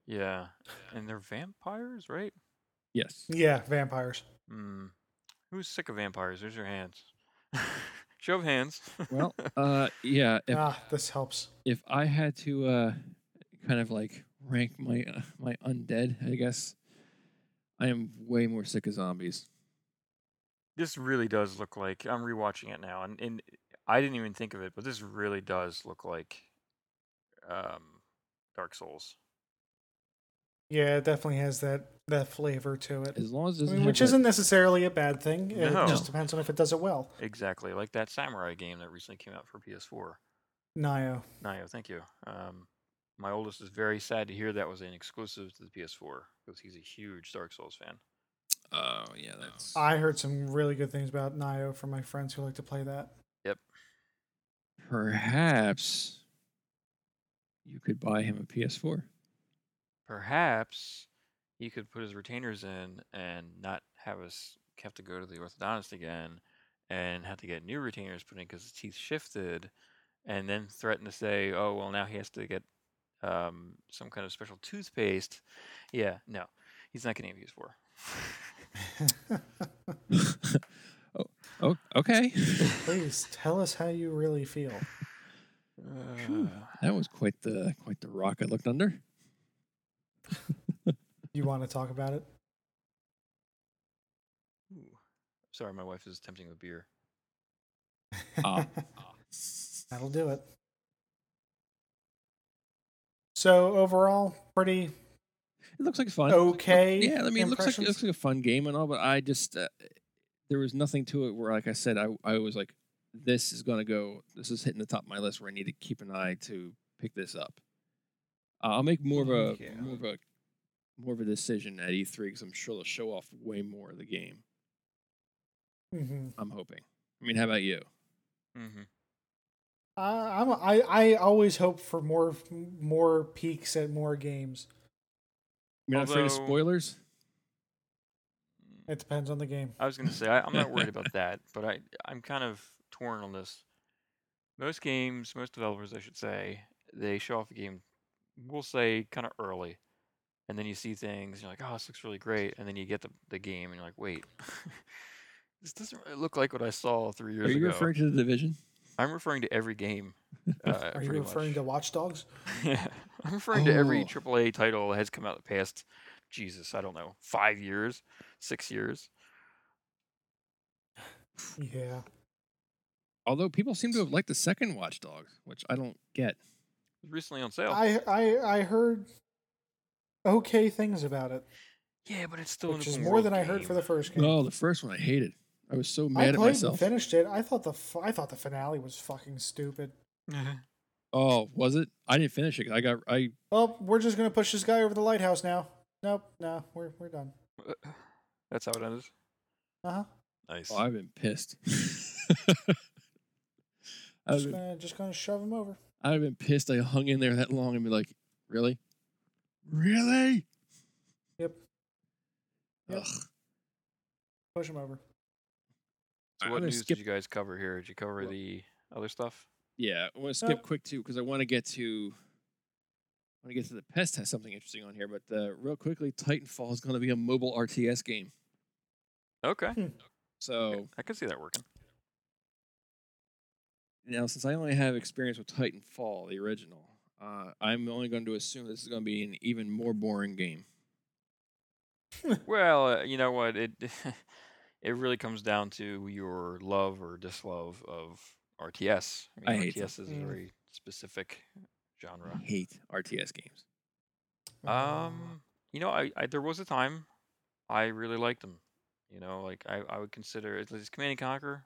Speaker 3: Yeah, and they're vampires, right?
Speaker 1: Yes.
Speaker 2: Yeah, vampires.
Speaker 3: Mm. Who's sick of vampires? There's your hands. Show of hands.
Speaker 1: Well, uh, yeah. If
Speaker 2: ah, this helps.
Speaker 1: if I had to uh, kind of like rank my uh, my undead, I guess I am way more sick of zombies.
Speaker 3: this really does look like I'm rewatching it now, and, and I didn't even think of it, but this really does look like um, Dark Souls.
Speaker 2: Yeah, it definitely has that that flavor to it.
Speaker 1: As long as it
Speaker 2: I
Speaker 1: doesn't
Speaker 2: mean,
Speaker 1: have
Speaker 2: which
Speaker 1: that-
Speaker 2: isn't necessarily a bad thing. It
Speaker 3: No.
Speaker 2: just depends on if it does it well.
Speaker 3: Exactly like that samurai game that recently came out for PS4.
Speaker 2: Nio.
Speaker 3: Nio, thank you. Um, my oldest is very sad to hear that was an exclusive to the PS4 because he's a huge Dark Souls fan.
Speaker 1: Oh yeah, that's
Speaker 2: I heard some really good things about Nio from my friends who like to play that.
Speaker 1: perhaps you could buy him a PS4.
Speaker 3: Perhaps he could put his retainers in and not have us have to go to the orthodontist again and have to get new retainers put in because his teeth shifted, and then threaten to say, "Oh well, now he has to get um, some kind of special toothpaste." Yeah, no, he's not getting a PS4.
Speaker 1: Oh, okay.
Speaker 2: Please tell us how you really feel.
Speaker 1: Phew,
Speaker 3: Uh,
Speaker 1: that was quite the quite the rock I looked under.
Speaker 2: You want to talk about it?
Speaker 3: Ooh. Sorry, my wife is attempting a beer.
Speaker 1: Ah.
Speaker 2: That'll do it. So overall, pretty
Speaker 1: It looks like fun.
Speaker 2: okay.
Speaker 1: Yeah, I mean, it looks like it
Speaker 2: impressions?
Speaker 1: looks like a fun game and all, but I just uh, there was nothing to it where, like I said, I I was like, this is gonna go. This is hitting the top of my list where I need to keep an eye to pick this up. Uh, I'll make more of a
Speaker 3: Yeah.
Speaker 1: more of a more of a decision at E3 because I'm sure they'll show off way more of the game.
Speaker 2: Mhm.
Speaker 1: I'm hoping. I mean, how about you?
Speaker 3: Mm-hmm.
Speaker 2: Uh, I'm, I I always hope for more more peaks at more games.
Speaker 1: You're not afraid of
Speaker 3: Although-
Speaker 1: spoilers?
Speaker 3: Mm.
Speaker 2: It depends on the game.
Speaker 3: I was gonna say I, I'm not worried about that, but I I'm kind of torn on this. Most games, most developers, I should say, they show off a game, we'll say, kind of early, and then you see things, and you're like, oh, this looks really great, and then you get the the game, and you're like, wait, this doesn't really look like what I saw three years
Speaker 1: Are you
Speaker 3: ago.
Speaker 1: referring to the division?
Speaker 3: I'm referring to every game. Uh,
Speaker 2: Are you
Speaker 3: pretty
Speaker 2: referring
Speaker 3: much.
Speaker 2: to Watch Dogs?
Speaker 3: Yeah. I'm referring to every
Speaker 1: Oh.
Speaker 3: AAA title that has come out the past, Jesus, I don't know, five years, six years.
Speaker 2: Yeah.
Speaker 1: Although people seem to have liked the second Watch Dogs, which I don't get.
Speaker 3: It was recently on sale.
Speaker 2: I I I heard okay things about it,
Speaker 3: yeah, but it's still
Speaker 2: which
Speaker 3: an
Speaker 2: is
Speaker 3: open
Speaker 2: more
Speaker 3: world
Speaker 2: than I heard for
Speaker 3: game.
Speaker 2: the first game.
Speaker 1: Oh, the first one I hated. I was so
Speaker 2: I
Speaker 1: mad at
Speaker 2: played
Speaker 1: myself.
Speaker 2: and finished it. I thought the f- I thought the finale was fucking stupid.
Speaker 3: Mm-hmm.
Speaker 1: Oh, was it? I didn't finish it. I got I
Speaker 2: Well, we're just gonna push this guy over the lighthouse now. Nope, no, we're we're done.
Speaker 3: Uh, That's how it ends.
Speaker 2: Uh huh.
Speaker 3: Nice.
Speaker 1: oh, I've been pissed. I've
Speaker 2: Just
Speaker 1: been,
Speaker 2: gonna just gonna shove him over.
Speaker 1: I've been pissed. I hung in there that long and be like, really, really?
Speaker 2: Yep. Yep.
Speaker 1: Ugh.
Speaker 2: Push him over.
Speaker 3: so
Speaker 1: I'm
Speaker 3: what
Speaker 1: gonna
Speaker 3: news
Speaker 1: skip-
Speaker 3: did you guys cover here? Did you cover
Speaker 1: Well-
Speaker 3: the other stuff?
Speaker 1: Yeah, I want to
Speaker 2: Well-
Speaker 1: skip quick too because I want to get to want to get to the pest has something interesting on here, but uh, real quickly, Titanfall is going to be a mobile RTS game.
Speaker 3: Okay.
Speaker 1: So
Speaker 2: Oh.
Speaker 3: I could see that working.
Speaker 1: Now, since I only have experience with Titanfall, the original, uh, I'm only going to assume this is going to be an even more boring game.
Speaker 3: Well, uh, you know what? It it really comes down to your love or dislove of RTS. I
Speaker 1: I
Speaker 3: mean,
Speaker 1: hate them.
Speaker 3: RTS is a
Speaker 2: Mm.
Speaker 3: very specific genre.
Speaker 1: I hate RTS games.
Speaker 3: Um, you know, I, I there was a time I really liked them. You know, like I, I would consider it's it's Command and Conquer,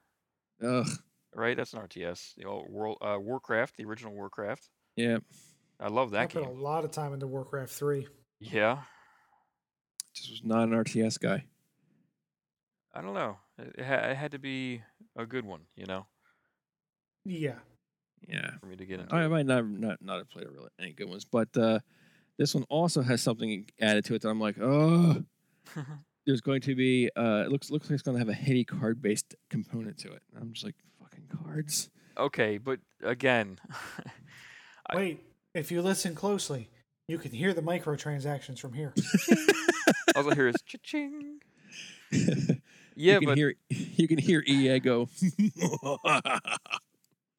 Speaker 1: Ugh.
Speaker 3: right? That's an RTS. You know, World uh, Warcraft, the original Warcraft.
Speaker 1: Yeah.
Speaker 3: I love
Speaker 2: I
Speaker 3: that
Speaker 2: put a
Speaker 3: game.
Speaker 2: lot of time into Warcraft three.
Speaker 3: Yeah,
Speaker 1: Just was not an RTS guy.
Speaker 3: I don't know. It, it, ha- it had to be a good one, you know,
Speaker 2: Yeah,
Speaker 1: Oh, Yeah.
Speaker 3: for me to get into.
Speaker 1: I
Speaker 3: it.
Speaker 1: might not not not have played a really, any good ones, but uh, this one also has something added to it that I'm like, oh, there's going to be. Uh, it looks looks like it's going to have a heavy card based component to it. I'm just like, fucking cards.
Speaker 3: okay, but again, I-
Speaker 2: wait. If you listen closely, you can hear the microtransactions from here.
Speaker 3: all I hear is cha-ching.
Speaker 1: you
Speaker 3: Yeah,
Speaker 1: can
Speaker 3: but
Speaker 1: hear you can hear EA go.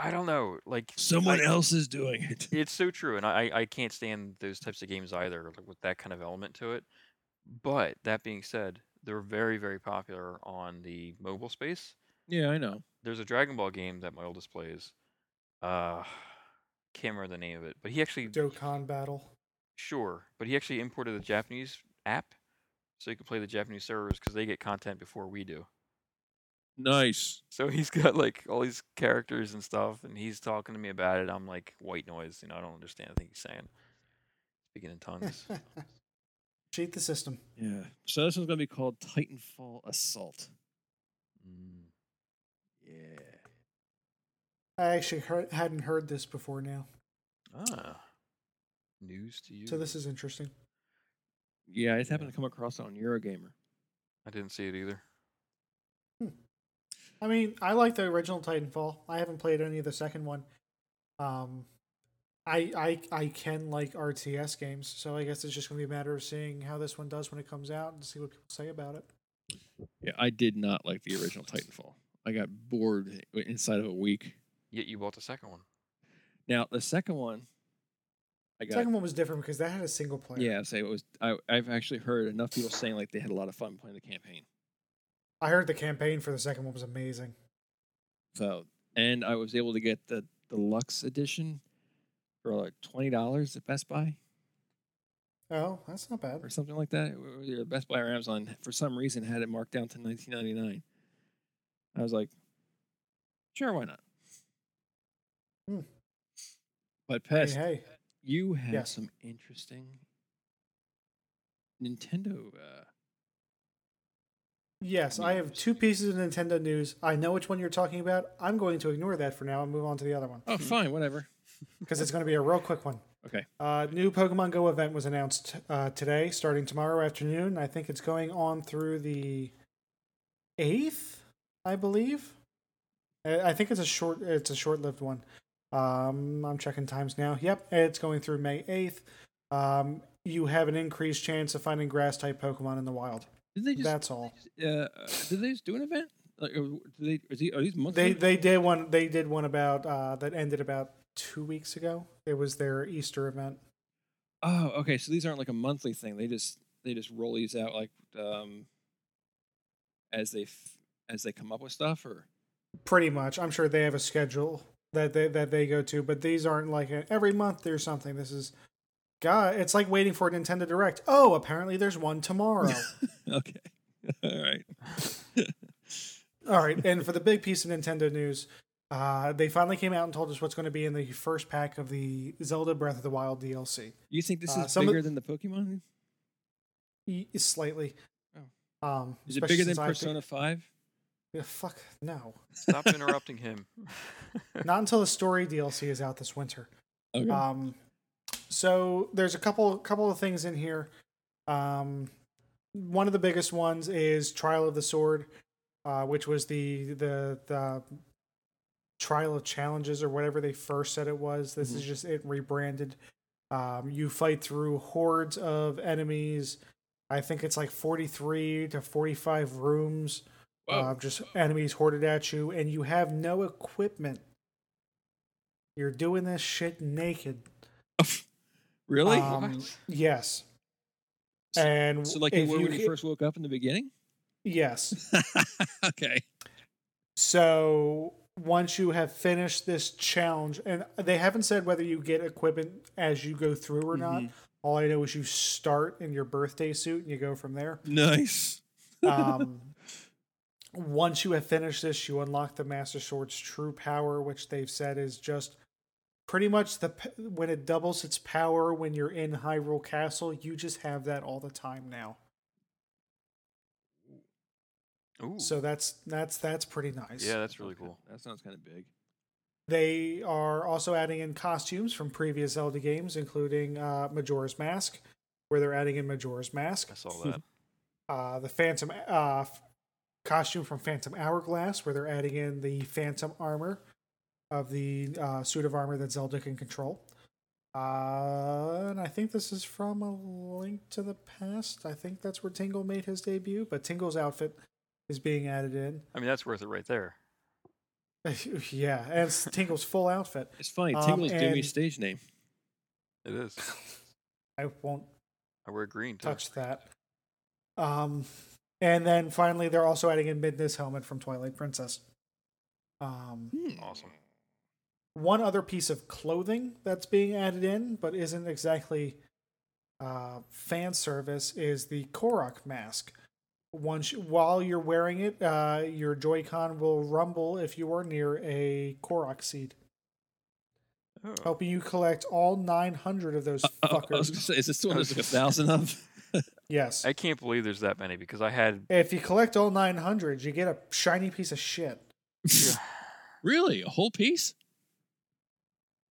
Speaker 3: I don't know. Like
Speaker 1: Someone
Speaker 3: I-
Speaker 1: else is doing it.
Speaker 3: It's so true, and I I can't stand those types of games either, like with that kind of element to it. But that being said, they're very very popular on the mobile space.
Speaker 1: Yeah, I know.
Speaker 3: There's a Dragon Ball game that my oldest plays. Uh, can't remember the name of it, but he actually
Speaker 2: Dokkan battle.
Speaker 3: sure, but he actually imported the Japanese app, so he could play the Japanese servers because they get content before we do.
Speaker 1: Nice.
Speaker 3: So he's got like all these characters and stuff, and he's talking to me about it. I'm like white noise, you know. I don't understand a thing he's saying. Speaking in tongues.
Speaker 2: Cheat the system.
Speaker 1: Yeah. So this one's going to be called Titanfall Assault.
Speaker 3: Mm.
Speaker 1: Yeah.
Speaker 2: I actually heard, hadn't heard this before now,
Speaker 3: Ah, news to you.
Speaker 2: so this is interesting.
Speaker 1: Yeah, I just happened to come across it on Eurogamer.
Speaker 3: I didn't see it either.
Speaker 2: I mean, I like the original Titanfall. I haven't played any of the second one. Um, I I I can like RTS games, so I guess it's just gonna be a matter of seeing how this one does when it comes out and see what people say about it.
Speaker 1: Yeah, I did not like the original Titanfall. I got bored i- inside of a week.
Speaker 3: Yet you bought the second one.
Speaker 1: Now the second one, I got.
Speaker 2: Second one was different because that had a single player.
Speaker 1: yeah, say it was. I, I've actually heard enough people saying like they had a lot of fun playing the campaign.
Speaker 2: I heard the campaign for the second one was amazing.
Speaker 1: So, and I was able to get the deluxe edition for like twenty dollars at Best Buy
Speaker 2: Oh, that's not bad.
Speaker 1: or something like that. Or- or either Best Buy or Amazon for some reason had it marked down to nineteen ninety nine. I was like, sure, why not?
Speaker 2: Hmm.
Speaker 1: But
Speaker 2: Hey,
Speaker 1: past
Speaker 2: hey,
Speaker 1: You have
Speaker 2: Yes.
Speaker 1: some interesting Nintendo. Uh,
Speaker 2: yes, I have two pieces of Nintendo news. I know which one you're talking about. I'm going to ignore that for now and move on to the other one
Speaker 1: oh,
Speaker 3: Hmm.
Speaker 1: fine, whatever.
Speaker 2: because it's going to be a real quick one.
Speaker 1: Okay.
Speaker 2: Uh, new Pokemon Go event was announced uh, today, starting tomorrow afternoon. I think it's going on through the eighth, I believe. Uh, I think it's a short. It's a short-lived one. Um, I'm checking times now. Yep, it's going through May eighth. Um, you have an increased chance of finding grass-type Pokemon in the wild.
Speaker 1: Did they just?
Speaker 2: That's all.
Speaker 1: Uh, uh, did they just do an event? Like, uh, do they? Is he, are these monthly?
Speaker 2: They they did one. They did one about uh, that ended about two weeks ago. It was their Easter event.
Speaker 1: oh, okay. So these aren't like a monthly thing. They just they just roll these out like um as they f- as they come up with stuff, or
Speaker 2: pretty much i'm sure they have a schedule that they that they go to but these aren't like a, every month there's something this is god it's like waiting for a nintendo direct oh apparently there's one tomorrow
Speaker 1: okay. All right.
Speaker 2: all right and for the big piece of nintendo news uh, they finally came out and told us what's going to be in the first pack of the zelda breath of the wild dlc
Speaker 1: You think this
Speaker 2: Uh,
Speaker 1: is
Speaker 2: some of-
Speaker 1: bigger than the Pokemon?
Speaker 2: E- slightly um
Speaker 1: Oh. Is it
Speaker 2: especially
Speaker 1: bigger than
Speaker 2: since I have to-
Speaker 1: Persona Five?
Speaker 2: Yeah, fuck no
Speaker 3: Stop interrupting him.
Speaker 2: not until the story dlc is out this winter
Speaker 1: Okay.
Speaker 2: Um, so there's a couple couple of things in here. Um, one of the biggest ones is Trial of the Sword, uh, which was the the the Trial of Challenges or whatever they first said it was. This is just it rebranded. Um, you fight through hordes of enemies. I think it's like 43 to 45 rooms
Speaker 1: Whoa.
Speaker 2: uh, just enemies hoarded at you, and you have no equipment. You're doing this shit naked.
Speaker 1: really?
Speaker 2: um,
Speaker 3: What?
Speaker 2: Yes.
Speaker 1: So-
Speaker 2: And
Speaker 1: so like you
Speaker 2: if
Speaker 1: were when you
Speaker 2: hit-
Speaker 1: first woke up in the beginning?
Speaker 2: yes.
Speaker 1: okay.
Speaker 2: So once you have finished this challenge, and they haven't said whether you get equipment as you go through or not.
Speaker 1: Mm-hmm.
Speaker 3: Mm-hmm.
Speaker 2: All I know is you start in your birthday suit and you go from there.
Speaker 1: Nice.
Speaker 2: Um, once you have finished this, you unlock the Master Sword's true power, which they've said is just pretty much the p- when it doubles its power when you're in Hyrule Castle. You just have that all the time now.
Speaker 3: Ooh.
Speaker 2: So that's that's that's pretty nice.
Speaker 3: yeah, that's really cool.
Speaker 1: That sounds kind of big.
Speaker 2: They are also adding in costumes from previous Zelda games, including uh, Majora's Mask, where they're adding in Majora's Mask,
Speaker 3: I saw that.
Speaker 2: uh, the Phantom uh, f- costume from Phantom Hourglass, where they're adding in the Phantom armor of the uh, suit of armor that Zelda can control. Uh, and I think this is from A Link to the Past. I think that's where Tingle made his debut, but Tingle's outfit is being added in.
Speaker 3: I mean, that's worth it right there.
Speaker 2: yeah, and it's Tingle's full outfit.
Speaker 1: It's funny.
Speaker 2: Um,
Speaker 1: Tingle's Dewey's
Speaker 2: and-
Speaker 1: stage name.
Speaker 3: It is.
Speaker 2: I won't
Speaker 3: I wear green too.
Speaker 2: touch that. Um, and then finally, they're also adding in Midna's helmet from Twilight Princess. Um,
Speaker 1: Hmm.
Speaker 3: Awesome.
Speaker 2: one other piece of clothing that's being added in, but isn't exactly uh, fan service, is the Korok mask. Once while you're wearing it, uh, your Joy-Con will rumble if you are near a Korok seed,
Speaker 3: Oh.
Speaker 2: helping you collect all 900 of those
Speaker 1: I- I was
Speaker 2: fuckers.
Speaker 1: gonna say, is this the one there's like a thousand of?
Speaker 2: Yes.
Speaker 3: I can't believe there's that many because I had.
Speaker 2: If you collect all 900, you get a shiny piece of shit.
Speaker 1: really? A whole piece?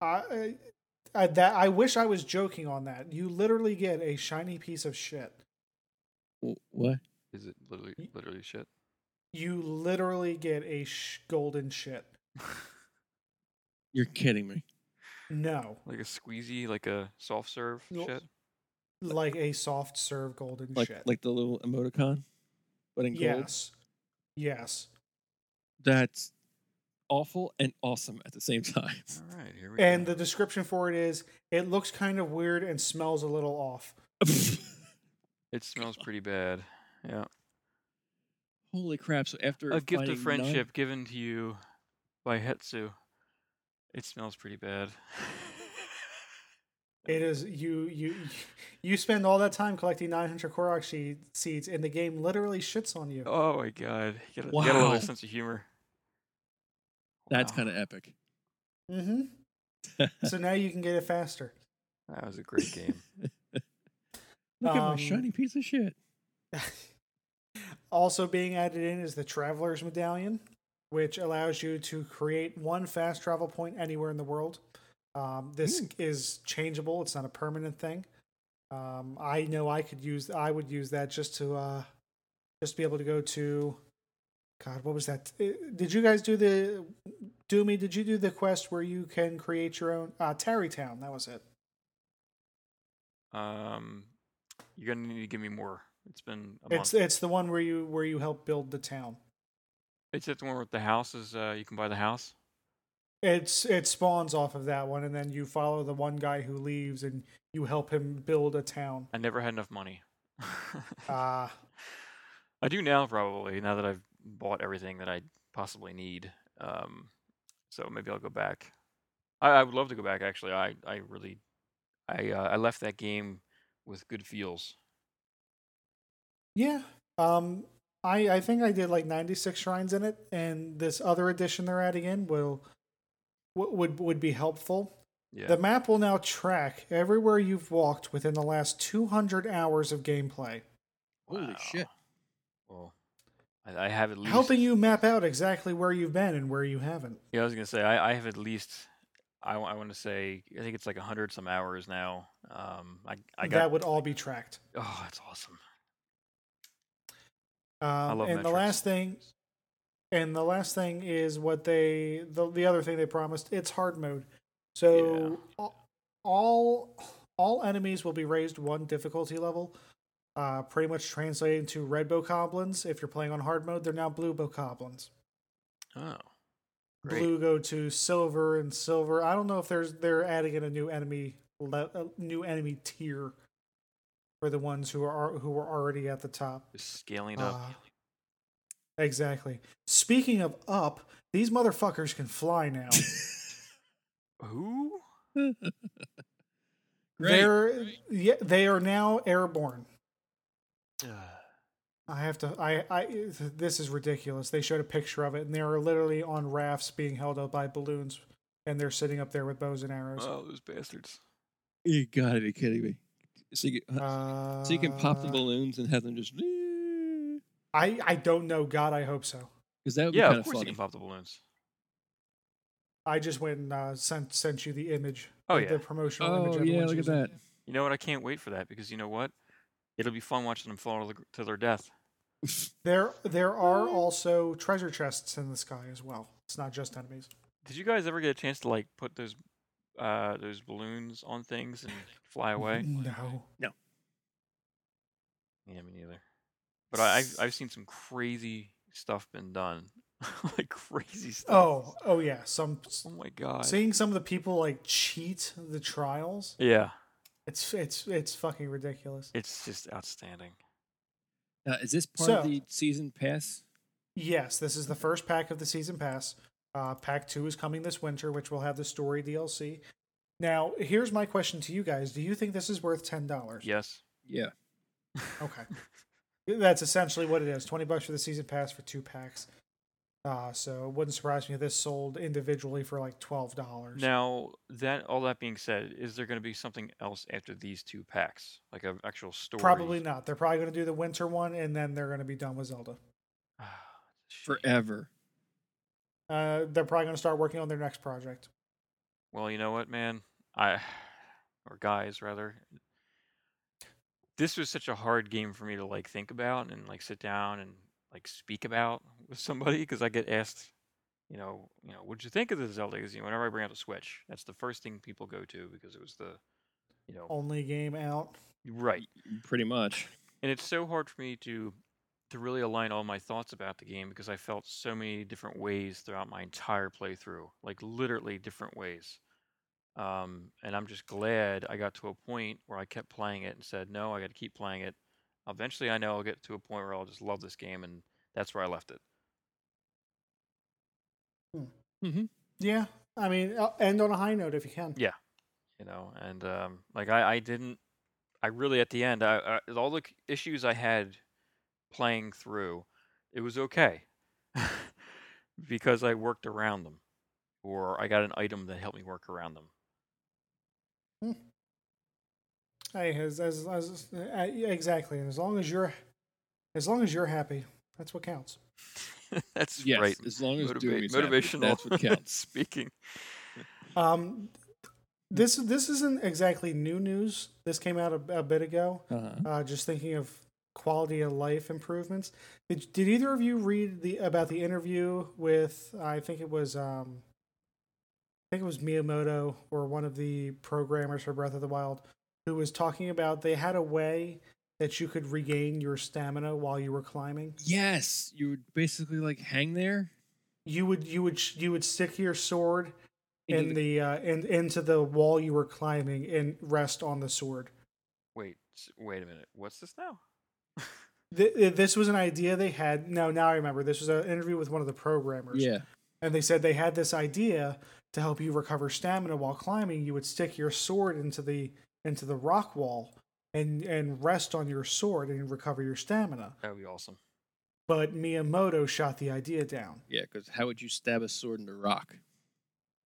Speaker 2: I, I that I wish I was joking on that. You literally get a shiny piece of shit.
Speaker 1: Wh- What?
Speaker 3: Is it literally literally shit?
Speaker 2: You literally get a sh- golden shit.
Speaker 1: You're kidding me.
Speaker 2: No,
Speaker 3: Like a squeezy, like a soft serve
Speaker 2: Nope.
Speaker 3: shit.
Speaker 2: like a soft serve golden
Speaker 1: Like
Speaker 2: shit.
Speaker 1: like the little emoticon, but in gold.
Speaker 2: yes, yes.
Speaker 1: That's awful and awesome at the same time.
Speaker 3: All right, here we
Speaker 2: And
Speaker 3: go.
Speaker 2: the description for it is: it looks kind of weird and smells a little off.
Speaker 3: it smells pretty bad. Yeah.
Speaker 1: Holy crap! So after
Speaker 3: A gift
Speaker 1: finding
Speaker 3: of
Speaker 1: nine-
Speaker 3: friendship given to you by Hetsu. It smells pretty bad.
Speaker 2: It is you you you spend all that time collecting 900 Korok she- seeds, and the game literally shits on you.
Speaker 3: oh my god. You gotta, you gotta love
Speaker 1: Wow.
Speaker 3: a sense of humor.
Speaker 1: that's
Speaker 3: Wow.
Speaker 1: kind of epic.
Speaker 2: hmm so now you can get it faster.
Speaker 3: That was a great game.
Speaker 1: Look at my
Speaker 2: Um,
Speaker 1: shiny piece of shit.
Speaker 2: Also being added in is the Traveler's Medallion, which allows you to create one fast travel point anywhere in the world. Um, this is changeable; it's not a permanent thing. Um, I know I could use, I would use that just to, uh, just be able to go to. God, what was that? Eh, Did you guys do the Doomy? Did you do the quest where you can create your own uh, Tarrytown? That was it.
Speaker 3: Um, you're gonna need to give me more. It's been a
Speaker 2: It's
Speaker 3: month.
Speaker 2: it's the one where you where you help build the town.
Speaker 3: It's that the one with the houses. Uh, you can buy the house.
Speaker 2: It's it spawns off of that one, and then you follow the one guy who leaves, and you help him build a town.
Speaker 3: I never had enough money.
Speaker 2: Uh
Speaker 3: I do now, probably now that I've bought everything that I possibly need. Um, so maybe I'll go back. I, I would love to go back. Actually, I I really, I uh, I left that game with good feels.
Speaker 2: yeah. Um, I I think I did like ninety six shrines in it, and this other addition they're adding in will w- would would be helpful.
Speaker 3: Yeah.
Speaker 2: The map will now track everywhere you've walked within the last two hundred hours of gameplay,
Speaker 1: Holy shit.
Speaker 3: Well, I, I have at least.
Speaker 2: helping you map out exactly where you've been and where you haven't.
Speaker 3: Yeah, I was gonna say I, I have at least I, want to say I think it's like hundred some hours now. Um, I I got
Speaker 2: that would all be tracked.
Speaker 3: oh that's awesome.
Speaker 2: Um,
Speaker 3: I love
Speaker 2: and the
Speaker 3: metrics.
Speaker 2: last thing, and the last thing is what they the the other thing they promised. It's hard mode, so all- all all enemies will be raised one difficulty level. Uh, pretty much translating to red bokoblins. If you're playing on hard mode, they're now blue bokoblins.
Speaker 3: Oh,
Speaker 2: Blue go to silver and silver. I don't know if there's they're adding in a new enemy le- a new enemy tier for the ones who are who are already at the top.
Speaker 3: Just scaling it up.
Speaker 2: Uh, Exactly. Speaking of up, these motherfuckers can fly now.
Speaker 3: Who?
Speaker 1: Great.
Speaker 2: They're yeah, they are now airborne. I have to. I. I. This is ridiculous. They showed a picture of it, and they are literally on rafts being held up by balloons, and they're sitting up there with bows and arrows.
Speaker 3: Oh, those bastards.
Speaker 1: you gotta be kidding me. So you, can-
Speaker 2: Uh,
Speaker 1: so you can pop the balloons and have them just
Speaker 2: I. I don't know. God, I hope so.
Speaker 1: because that would
Speaker 3: Yeah,
Speaker 1: be
Speaker 3: of
Speaker 1: kind of
Speaker 3: course you
Speaker 1: funny.
Speaker 3: can pop the balloons.
Speaker 2: I just went and uh, sent sent you the image.
Speaker 3: Oh,
Speaker 2: the-
Speaker 3: yeah.
Speaker 2: The promotional image.
Speaker 1: Oh yeah,
Speaker 2: everyone's
Speaker 1: look at
Speaker 2: using.
Speaker 1: that.
Speaker 3: You know what? I can't wait for that because you know what? It'll be fun watching them fall to, the, gr- to their death.
Speaker 2: There. There are also treasure chests in the sky as well. It's not just enemies.
Speaker 3: Did you guys ever get a chance to like put those uh those balloons on things and fly away?
Speaker 2: No.
Speaker 3: yeah, me neither. But I, I've I've seen some crazy stuff been done, like crazy stuff.
Speaker 2: Oh. Oh yeah. Some.
Speaker 3: Oh my god.
Speaker 2: Seeing some of the people like cheat the trials.
Speaker 3: Yeah,
Speaker 2: It's it's it's fucking ridiculous.
Speaker 3: it's just outstanding.
Speaker 1: Now, Uh, is this part of
Speaker 2: So-
Speaker 1: the season pass?
Speaker 2: Yes, this is the first pack of the season pass. Uh, pack two is coming this winter, which will have the story DLC. Now, here's my question to you guys: Do you think this is worth ten dollars?
Speaker 3: Yes.
Speaker 1: Yeah.
Speaker 2: Okay. That's essentially what it is: twenty bucks for the season pass for two packs. Uh, so it wouldn't surprise me if this sold individually for like twelve dollars.
Speaker 3: Now that all that being said, is there going to be something else after these two packs, like an actual story?
Speaker 2: Probably not. They're probably going to do the winter one, and then they're going to be done with Zelda.
Speaker 3: Shit.
Speaker 1: Forever.
Speaker 2: Uh, they're probably going to start working on their next project.
Speaker 3: Well, you know what, man? I or guys rather. This was such a hard game for me to like think about and like sit down and like speak about with somebody because I get asked, you know, you know, what'd you think of the Zelda? 'Cause, you know, whenever I bring up the Switch, that's the first thing people go to because it was the, you know,
Speaker 2: Only game out.
Speaker 3: right.
Speaker 1: Pretty much.
Speaker 3: and it's so hard for me to to really align all my thoughts about the game because I felt so many different ways throughout my entire playthrough, like literally different ways. Um, and I'm just glad I got to a point where I kept playing it and said, "No, I got to keep playing it." Eventually, I know I'll get to a point where I'll just love this game, and that's where I left it.
Speaker 1: Mm-hmm.
Speaker 2: Yeah, I mean, uh, end on a high note if you can.
Speaker 3: Yeah. you know and um like i i didn't i really at the end i, I all the c- issues i had playing through it was okay because i worked around them or i got an item that helped me work around them
Speaker 2: Hey, as, as, as, uh, yeah, exactly. And as long as you're, as long as you're happy, that's what counts.
Speaker 3: that's
Speaker 1: Yes.
Speaker 3: right
Speaker 1: As long as
Speaker 3: Motiva-
Speaker 1: doing is happy,
Speaker 3: motivational
Speaker 1: that's what counts.
Speaker 3: speaking
Speaker 2: Um, this this isn't exactly new news. This came out a, a bit ago.
Speaker 1: Uh-huh.
Speaker 2: Uh, just thinking of quality of life improvements. Did, did either of you read the about the interview with? I think it was um, I think it was Miyamoto or one of the programmers for Breath of the Wild, who was talking about they had a way that you could regain your stamina while you were climbing.
Speaker 1: Yes, you would basically like hang there.
Speaker 2: you would you would sh- you would stick your sword
Speaker 1: Into
Speaker 2: in the uh in, into the wall you were climbing and rest on the sword
Speaker 3: wait s- wait a minute what's this now
Speaker 2: Th- th- this was an idea they had no now i remember this was an interview with one of the programmers
Speaker 1: Yeah.
Speaker 2: and they said they had this idea to help you recover stamina while climbing you would stick your sword into the into the rock wall and and rest on your sword and recover your stamina
Speaker 3: that would be awesome
Speaker 2: but miyamoto shot the idea down
Speaker 1: Yeah, because how would you stab a sword into rock?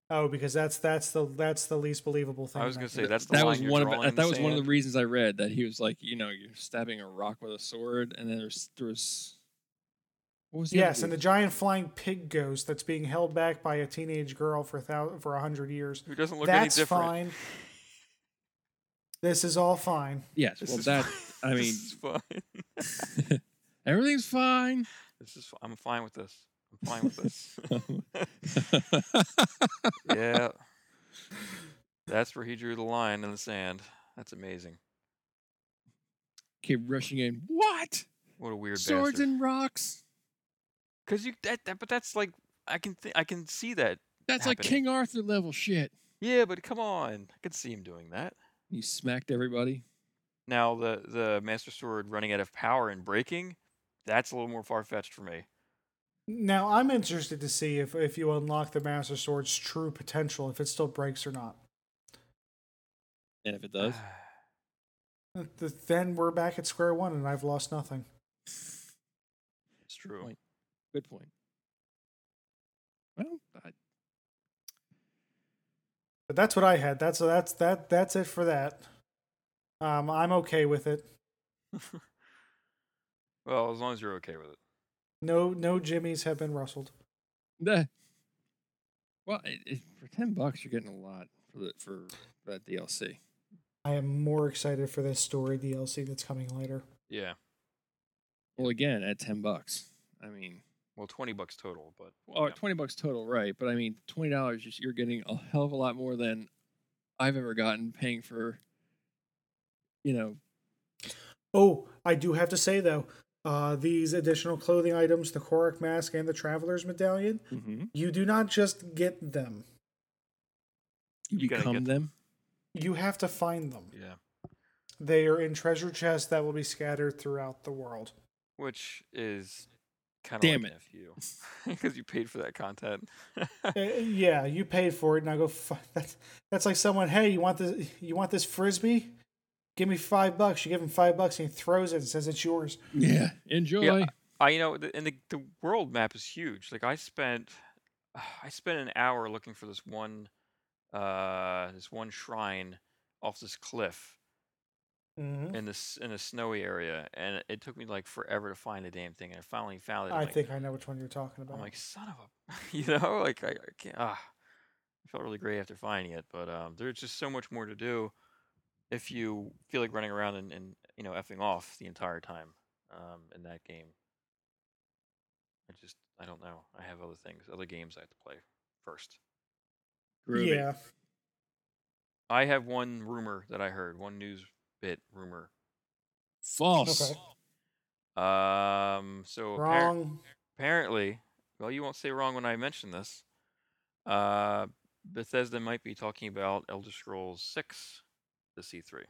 Speaker 2: oh because that's that's the that's the least believable thing
Speaker 3: i was
Speaker 2: that
Speaker 3: gonna
Speaker 2: can
Speaker 3: say
Speaker 1: Th-
Speaker 3: that's the
Speaker 1: that
Speaker 3: line
Speaker 1: was
Speaker 3: you're
Speaker 1: one
Speaker 3: drawing
Speaker 1: of
Speaker 3: in
Speaker 1: that was one of the
Speaker 3: sand?
Speaker 1: reasons I read that he was like, you know, you're stabbing a rock with a sword, and then there's there's what was the other
Speaker 2: Yes, and the
Speaker 1: dude?
Speaker 2: giant flying pig ghost that's being held back by a teenage girl for thou- for a hundred years.
Speaker 3: who doesn't look
Speaker 2: that's
Speaker 3: any different
Speaker 2: fine. This is all fine.
Speaker 1: yes,
Speaker 3: This
Speaker 1: well
Speaker 3: is
Speaker 1: that
Speaker 3: fine.
Speaker 1: I
Speaker 3: This
Speaker 1: mean-
Speaker 3: is fine.
Speaker 1: everything's fine.
Speaker 3: This is. f- I'm fine with this. I'm fine with this. yeah. That's where he drew the line in the sand. That's amazing.
Speaker 1: Came rushing in. What
Speaker 3: What a weird
Speaker 1: swords
Speaker 3: bastard.
Speaker 1: and rocks?
Speaker 3: Cause you that, that but that's like I can th- I can see that.
Speaker 1: That's like
Speaker 3: Happening.
Speaker 1: King Arthur level shit.
Speaker 3: Yeah, but come on, I could see him doing that.
Speaker 1: He smacked everybody.
Speaker 3: Now the the master sword running out of power and breaking, that's a little more far fetched for me.
Speaker 2: Now I'm interested to see if if you unlock the Master Sword's true potential, if it still breaks or not.
Speaker 1: And if it does,
Speaker 2: Th- Then we're back at square one, and I've lost nothing.
Speaker 3: It's true.
Speaker 1: point. good point. Well, I,
Speaker 2: But that's what I had. That's that's that that's it for that. Um, I'm okay with it.
Speaker 3: well, as long as you're okay with it.
Speaker 2: No no Jimmies have been rustled.
Speaker 1: the, well, it, it, for ten bucks, you're getting a lot for the, for that DLC.
Speaker 2: I am more excited for this story DLC that's coming later.
Speaker 3: Yeah.
Speaker 1: Well, again, at ten bucks, I mean,
Speaker 3: Well, twenty bucks total, but
Speaker 1: Well,
Speaker 3: yeah.
Speaker 1: twenty bucks total, right? But I mean, twenty dollars, you're getting a hell of a lot more than I've ever gotten paying for. You know,
Speaker 2: Oh, I do have to say though, uh, these additional clothing items, the Korok mask and the Traveler's medallion,
Speaker 1: Mm-hmm.
Speaker 2: you do not just get them.
Speaker 1: you,
Speaker 3: You gotta
Speaker 1: become them.
Speaker 3: get
Speaker 2: You have to find them.
Speaker 3: yeah.
Speaker 2: They are in treasure chests that will be scattered throughout the world.
Speaker 3: Which is kind of
Speaker 1: Damn
Speaker 3: like because you paid for that content.
Speaker 2: Uh, yeah, you paid for it. Now go. F- that's that's like someone. Hey, you want this? You want this frisbee? Give me five bucks. You give him five bucks, and he throws it and says it's yours.
Speaker 1: Yeah, enjoy.
Speaker 3: I you know, the, and the the world map is huge. Like I spent, I spent an hour looking for this one, uh, this one shrine off this cliff
Speaker 2: Mm-hmm.
Speaker 3: in this in a snowy area, and it took me like forever to find the damn thing, and I finally found it. I'm
Speaker 2: I
Speaker 3: like,
Speaker 2: think I know which one you're talking about.
Speaker 3: I'm like son of a, you know, like I, I can't. Ah, I felt really great after finding it, but um, there's just so much more to do if you feel like running around and, and you know effing off the entire time um, in that game. I just I don't know. I have other things, other games I have to play first.
Speaker 1: Groovy.
Speaker 2: yeah,
Speaker 3: I have one rumor that I heard, one news bit rumor.
Speaker 1: false.
Speaker 2: Okay.
Speaker 3: Um, so apparent-
Speaker 2: wrong.
Speaker 3: apparently, well, you won't say wrong when I mention this. Uh, Bethesda might be talking about Elder Scrolls 6 this E3.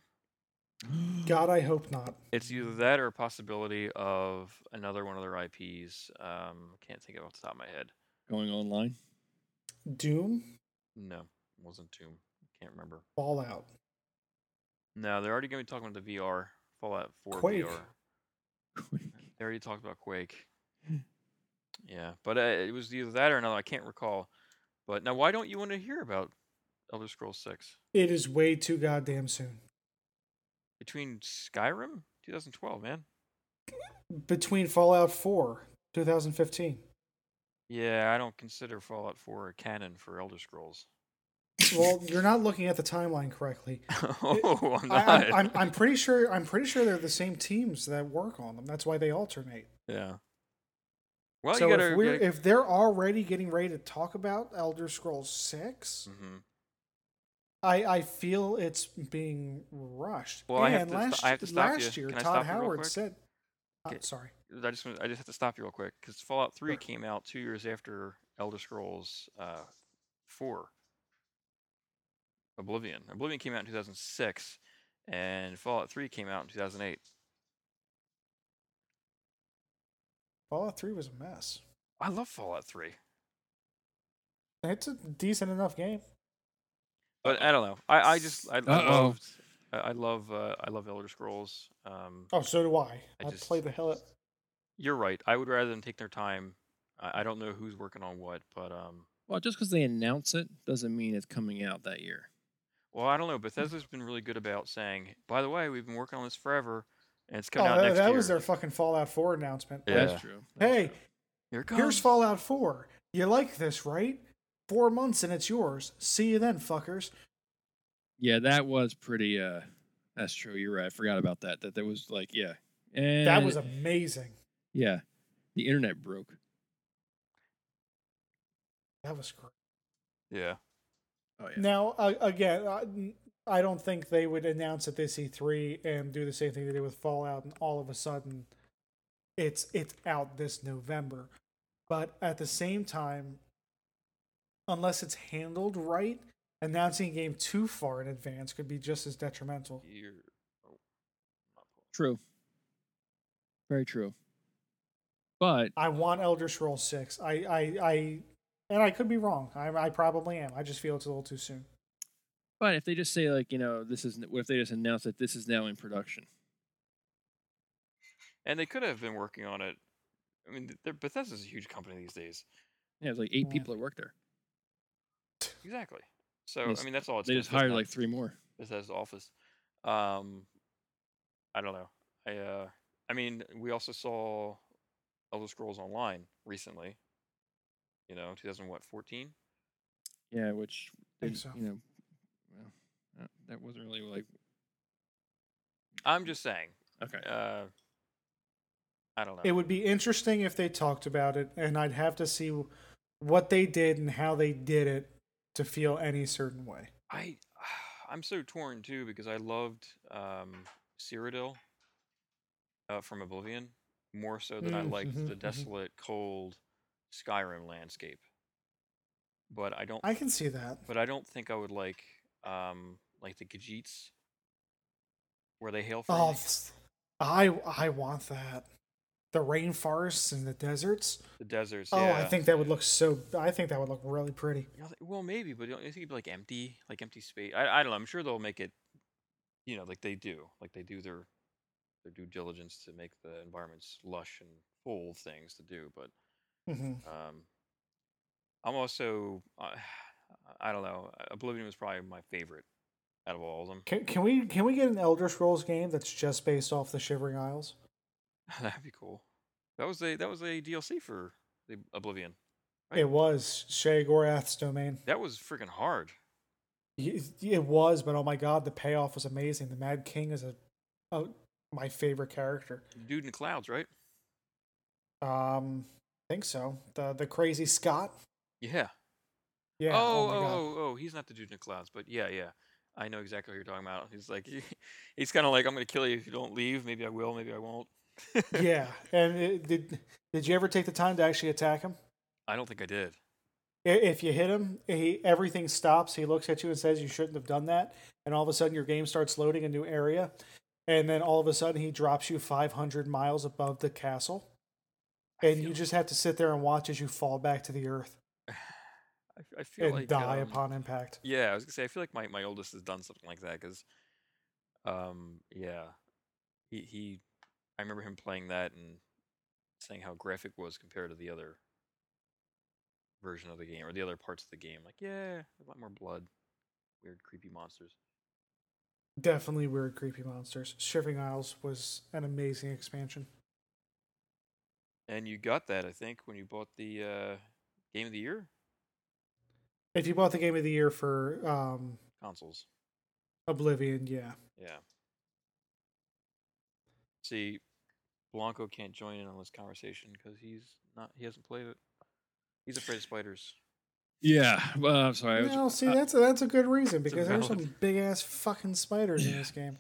Speaker 2: God, I hope not.
Speaker 3: It's either that or a possibility of another one of their IPs. Um, can't think of it off the top of my head.
Speaker 1: Going online.
Speaker 2: Doom,
Speaker 3: No, wasn't Tomb. Can't remember.
Speaker 2: Fallout,
Speaker 3: No, they're already going to be talking about the VR Fallout 4
Speaker 2: Quake.
Speaker 3: VR. They already talked about Quake. yeah, but uh, it was either that or another. I can't recall. But now, why don't you want to hear about Elder Scrolls 6?
Speaker 2: it is way too goddamn soon.
Speaker 3: between Skyrim 2012, man.
Speaker 2: Between Fallout Four, 2015.
Speaker 3: Yeah, I don't consider Fallout 4 a canon for Elder Scrolls.
Speaker 2: Well, you're not looking at the timeline correctly.
Speaker 3: oh, I'm
Speaker 2: I,
Speaker 3: not.
Speaker 2: I'm, I'm, I'm pretty sure. I'm pretty sure they're the same teams that work on them. That's why they alternate.
Speaker 3: yeah. Well,
Speaker 2: so
Speaker 3: you gotta.
Speaker 2: if we're
Speaker 3: gotta-
Speaker 2: if they're already getting ready to talk about Elder Scrolls 6
Speaker 3: Mhm.
Speaker 2: I I feel it's being rushed.
Speaker 3: Well, I have
Speaker 2: And
Speaker 3: to st-
Speaker 2: last,
Speaker 3: I have to stop you.
Speaker 2: last year,
Speaker 3: Can I
Speaker 2: Todd
Speaker 3: stop you real
Speaker 2: Howard
Speaker 3: quick?
Speaker 2: said, uh,
Speaker 3: Okay.
Speaker 2: "Sorry,
Speaker 3: I just wanna- I just have to stop you real quick because Fallout 3
Speaker 2: Sure.
Speaker 3: came out two years after Elder Scrolls uh, 4. Oblivion. Oblivion came out in 2006, and Fallout 3 came out in 2008.
Speaker 2: Fallout 3 was a mess.
Speaker 3: I love Fallout 3.
Speaker 2: It's a decent enough game.
Speaker 3: but I don't know. I, I just I, I
Speaker 1: Uh-oh.
Speaker 3: loved I, I love uh, I love Elder Scrols. Um,
Speaker 2: Oh, so do I.
Speaker 3: I
Speaker 2: I,
Speaker 3: just-
Speaker 2: played the hell out.
Speaker 3: you're right. I would rather them take their time. I, I don't know who's working on what, but um,
Speaker 1: Well, just because they announce it doesn't mean it's coming out that year.
Speaker 3: well, I don't know. Bethesda's been really good about saying, by the way, we've been working on this forever, and it's
Speaker 2: Oh,
Speaker 3: coming out
Speaker 2: that,
Speaker 3: next
Speaker 2: that
Speaker 3: year.
Speaker 2: was their fucking Fallout 4 announcement.
Speaker 3: Yeah.
Speaker 1: That's true. That's
Speaker 2: Hey,
Speaker 1: true.
Speaker 3: Here it
Speaker 2: Here's
Speaker 3: comes.
Speaker 2: Fallout 4. You like this, right? Four months and it's yours. See you then, fuckers.
Speaker 1: yeah, that was pretty. uh That's true. You're right. I forgot about that. That that was like, yeah, and
Speaker 2: That was amazing.
Speaker 1: yeah. The internet broke.
Speaker 2: That was great.
Speaker 3: yeah.
Speaker 1: Oh yeah.
Speaker 2: Now, uh, again, I, I don't think they would announce at this E3 and do the same thing they did with Fallout, and all of a sudden, it's it's out this November. But at the same time, unless it's handled right, announcing a game too far in advance could be just as detrimental.
Speaker 3: You're... oh, not pulling.
Speaker 1: True. Very true. But
Speaker 2: I want Elder Scrolls Six. I, I, I, and I could be wrong. I, I probably am. I just feel it's a little too soon.
Speaker 1: but if they just say like you know this is what if they just announce that this is now in production?
Speaker 3: And they could have been working on it. I mean, th- they're, Bethesda's a huge company these days.
Speaker 1: Yeah, it's like eight
Speaker 2: Yeah.
Speaker 1: people that work there.
Speaker 3: Exactly. So I
Speaker 1: Yes,
Speaker 3: mean, that's all. It's
Speaker 1: They
Speaker 3: gonna
Speaker 1: just
Speaker 3: take
Speaker 1: hired
Speaker 3: now.
Speaker 1: like three more.
Speaker 3: Bethesda's office. Um, I don't know. I uh, I mean, we also saw Elder Scrolls Online recently. You know, 2014.
Speaker 1: Yeah, which
Speaker 2: Think
Speaker 1: they-
Speaker 2: so.
Speaker 1: you know, well, that- that wasn't really like
Speaker 3: I'm just saying.
Speaker 1: okay.
Speaker 3: Uh, I don't know.
Speaker 2: It would be interesting if they talked about it, and I'd have to see what they did and how they did it to feel any certain way.
Speaker 3: I I'm so torn too because I loved um, Cyrodiil uh, from Oblivion more so than I
Speaker 2: Mm,
Speaker 3: liked
Speaker 2: mhm,
Speaker 3: the
Speaker 2: mhm.
Speaker 3: desolate, cold Skyrim landscape. But I don't.
Speaker 2: I can see that.
Speaker 3: but I don't think I would like um, like the Khajiits where they hail from.
Speaker 2: Oh, s- I, I want that. The rainforests and the deserts.
Speaker 3: The deserts.
Speaker 2: Oh,
Speaker 3: yeah.
Speaker 2: I think that would look so. I think that would look really pretty.
Speaker 3: You know, th- Well, maybe, but don't you think it'd be like empty, like empty space? I, I don't know. I'm sure they'll make it, you know, like they do, like they do their their due diligence to make the environments lush and full of things to do. But
Speaker 2: hmm
Speaker 3: um, I'm also, uh, I don't know. uh, Oblivion was probably my favorite out of all of them.
Speaker 2: Can, can we can we get an Elder Scrolls game that's just based off the Shivering Isles?
Speaker 3: That'd be cool. That was a that was a DLC for the Oblivion. Right.
Speaker 2: It was Shea Gorath's domain.
Speaker 3: That was freaking hard.
Speaker 2: Y- It was, but oh my god, the payoff was amazing. The Mad King is a, a my favorite character.
Speaker 3: The dude in the clouds, right?
Speaker 2: Um, I think so. The the crazy Scott.
Speaker 3: Yeah.
Speaker 2: Yeah.
Speaker 3: oh,
Speaker 2: oh my
Speaker 3: oh,
Speaker 2: god.
Speaker 3: oh, oh, he's not the dude in the clouds, but yeah, yeah. I know exactly what you're talking about. He's like, he's kind of like, I'm going to kill you if you don't leave. Maybe I will, maybe I won't.
Speaker 2: yeah. And it, did did you ever take the time to actually attack him?
Speaker 3: I don't think I did.
Speaker 2: I- If you hit him, he everything stops. He looks at you and says, "You shouldn't have done that." And all of a sudden, your game starts loading a new area, and then all of a sudden, he drops you 500 miles above the castle,
Speaker 3: I
Speaker 2: and
Speaker 3: feel-
Speaker 2: you just have to sit there and watch as you fall back to the earth
Speaker 3: I, f- I feel
Speaker 2: and
Speaker 3: like.
Speaker 2: die
Speaker 3: um,
Speaker 2: upon impact.
Speaker 3: Yeah, I was going to say, I feel like my, my oldest has done something like that because, um, yeah. He, he, I remember him playing that and saying how graphic was compared to the other version of the game or the other parts of the game. Like, yeah, a lot more blood, weird, creepy monsters.
Speaker 2: Definitely weird, creepy monsters. Shivering Isles was an amazing expansion.
Speaker 3: And you got that, I think, when you bought the uh, Game of the Year
Speaker 2: If you bought the game of the year for um,
Speaker 3: consoles.
Speaker 2: Oblivion, yeah.
Speaker 3: Yeah. See, Blanco can't join in on this conversation because he's not. He hasn't played it. He's afraid of spiders.
Speaker 1: Yeah, well, I'm sorry. I was,
Speaker 2: no, see,
Speaker 1: uh,
Speaker 2: that's a, that's a good reason because there's
Speaker 3: valid-
Speaker 2: some big ass fucking spiders in this game.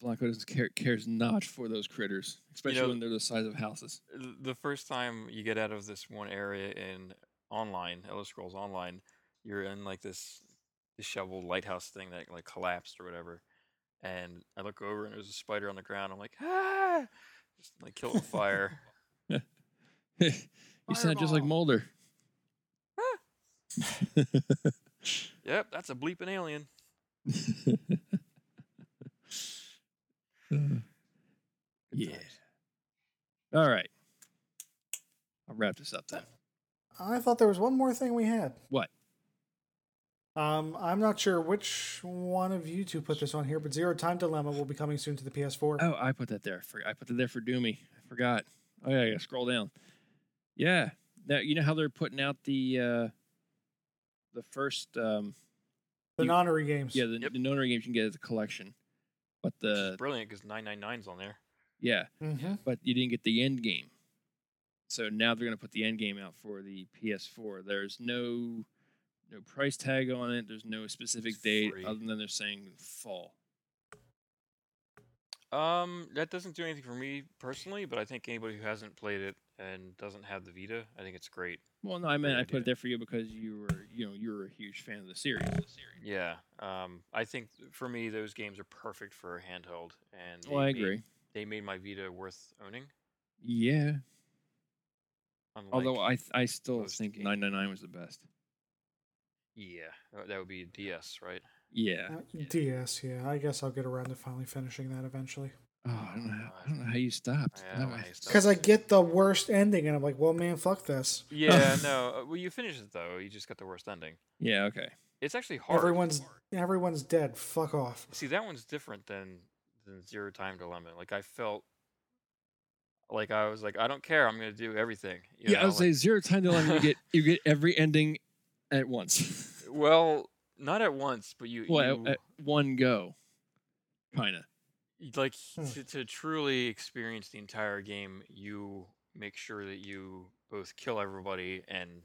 Speaker 1: Blanco doesn't care, cares not for those critters, especially
Speaker 3: know-
Speaker 1: when they're the size of houses.
Speaker 3: Th- The first time you get out of this one area in online Elder Scrolls Online, you're in like this disheveled lighthouse thing that like collapsed or whatever. And I look over and there's a spider on the ground. I'm like, ah! Just like kill it with fire.
Speaker 1: you sound just like
Speaker 3: Fireball.
Speaker 1: Mulder.
Speaker 3: Ah. Yep, that's a bleeping alien.
Speaker 1: yeah. All right. I'll wrap this up then.
Speaker 2: I thought there was one more thing we had.
Speaker 1: What?
Speaker 2: Um, I'm not sure which one of you two put this on here, but Zero Time Dilemma will be coming soon to the PS4.
Speaker 1: Oh, I put that there. For, I put that there for Doomy. I forgot. Oh yeah, yeah. Scroll down. Yeah. Now you know how they're putting out the uh the first um
Speaker 2: the
Speaker 1: you-
Speaker 2: Nonary games.
Speaker 1: yeah the,
Speaker 3: Yep.
Speaker 1: the notary games you can get as a collection, but
Speaker 3: Which is
Speaker 1: the
Speaker 3: brilliant because 999's on there.
Speaker 1: yeah
Speaker 2: Mm-hmm.
Speaker 1: but you didn't get the end game. So now they're going to put the end game out for the PS4. There's no no price tag on it. There's no specific
Speaker 3: It's
Speaker 1: date
Speaker 3: free.
Speaker 1: other than they're saying fall.
Speaker 3: Um, that doesn't do anything for me personally, but I think anybody who hasn't played it and doesn't have the Vita, I think it's great.
Speaker 1: Well, no, I meant I put
Speaker 3: idea.
Speaker 1: it there for you because you were you know you were a huge fan of the series.
Speaker 3: Yeah. Um, I think th- for me those games are perfect for a handheld, and
Speaker 1: Well, Oh, I
Speaker 3: they made-
Speaker 1: agree.
Speaker 3: they made my Vita worth owning.
Speaker 1: Yeah.
Speaker 3: Unlike,
Speaker 1: Although I th- I still
Speaker 3: most
Speaker 1: think
Speaker 3: games.
Speaker 1: 999 was the best.
Speaker 3: yeah, uh, that- that would be DS, right?
Speaker 1: Yeah.
Speaker 2: Uh, DS, yeah. I guess I'll get around to finally finishing that eventually.
Speaker 1: Oh, I don't know. How, I don't know how you stopped.
Speaker 3: Yeah, I don't
Speaker 1: No,
Speaker 3: know
Speaker 1: I-
Speaker 3: how you stopped.
Speaker 2: Because I get the worst ending, and I'm like, well, man, fuck this.
Speaker 3: Yeah, no. uh, Well, you finished it though. You just got the worst ending.
Speaker 1: yeah. Okay.
Speaker 3: It's actually hard.
Speaker 2: Everyone's- Everyone's dead. Fuck off.
Speaker 3: See, that one's different than than Zero Time Dilemma. Like I felt like I was like, I don't care. I'm gonna do everything. you
Speaker 1: yeah. I
Speaker 3: know,
Speaker 1: would say zero time dilemma. You get you get every ending at once.
Speaker 3: like- well, not at once, but you,
Speaker 1: well, uh,
Speaker 3: you
Speaker 1: at, at one go. Kinda.
Speaker 3: you- like
Speaker 2: Hmm.
Speaker 3: to, to truly experience the entire game. You make sure that you both kill everybody and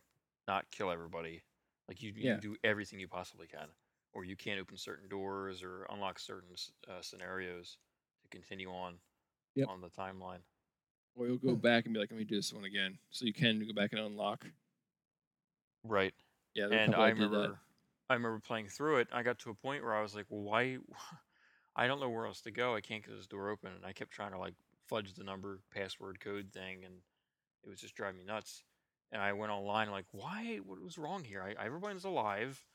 Speaker 3: not kill everybody. Like you,
Speaker 1: Yeah.
Speaker 3: you do everything you possibly can, or you can't open certain doors or unlock certain s- uh, scenarios to continue on
Speaker 1: Yep.
Speaker 3: on the timeline.
Speaker 1: Or you'll go
Speaker 2: Hmm.
Speaker 1: back and be like, let me do this one again. So you can go back and unlock.
Speaker 3: Right.
Speaker 1: Yeah. there are a
Speaker 3: and
Speaker 1: couple
Speaker 3: I
Speaker 1: that do that.
Speaker 3: remember, I remember playing through it. I got to a point where I was like, "Well, why? I don't know where else to go. I can't get this door open." And I kept trying to like fudge the number, password, code thing, and it was just driving me nuts. And I went online like, "Why? What was wrong here? I, everyone's alive.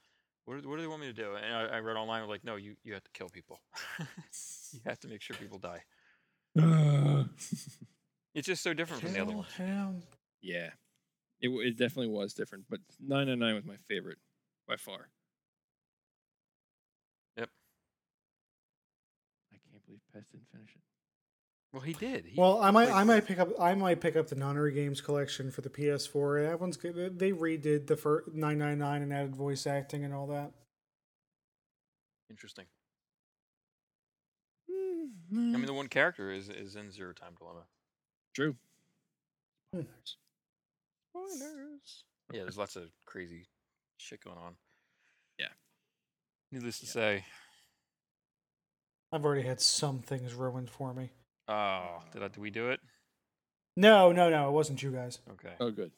Speaker 3: What, do- what do they want me to do?" And I, I read online like, "No, you you have to kill people. you have to make sure people die. It's just so different from the other
Speaker 2: Hell,
Speaker 3: one."
Speaker 2: hell.
Speaker 1: yeah. It, w- it definitely was different, but 999 was my favorite by far.
Speaker 3: Yep.
Speaker 1: I can't believe Pest didn't finish it.
Speaker 3: Well, he did. He,
Speaker 2: Well, I might, I
Speaker 3: like-
Speaker 2: might pick up, I might pick up the Nonary Games collection for the PS4. That one's good. They redid the first 999 and added voice acting and all that.
Speaker 3: interesting. I mean, the one character is is in Zero Time Dilemma.
Speaker 1: True.
Speaker 2: Hmm.
Speaker 3: Spoilers. Yeah, there's lots of crazy shit going on.
Speaker 1: Yeah.
Speaker 3: Needless to
Speaker 1: Yeah.
Speaker 3: say,
Speaker 2: I've already had some things ruined for me.
Speaker 3: oh, did, I, did we do it?
Speaker 2: No, no, no. It wasn't you guys.
Speaker 3: Okay.
Speaker 1: Oh, good.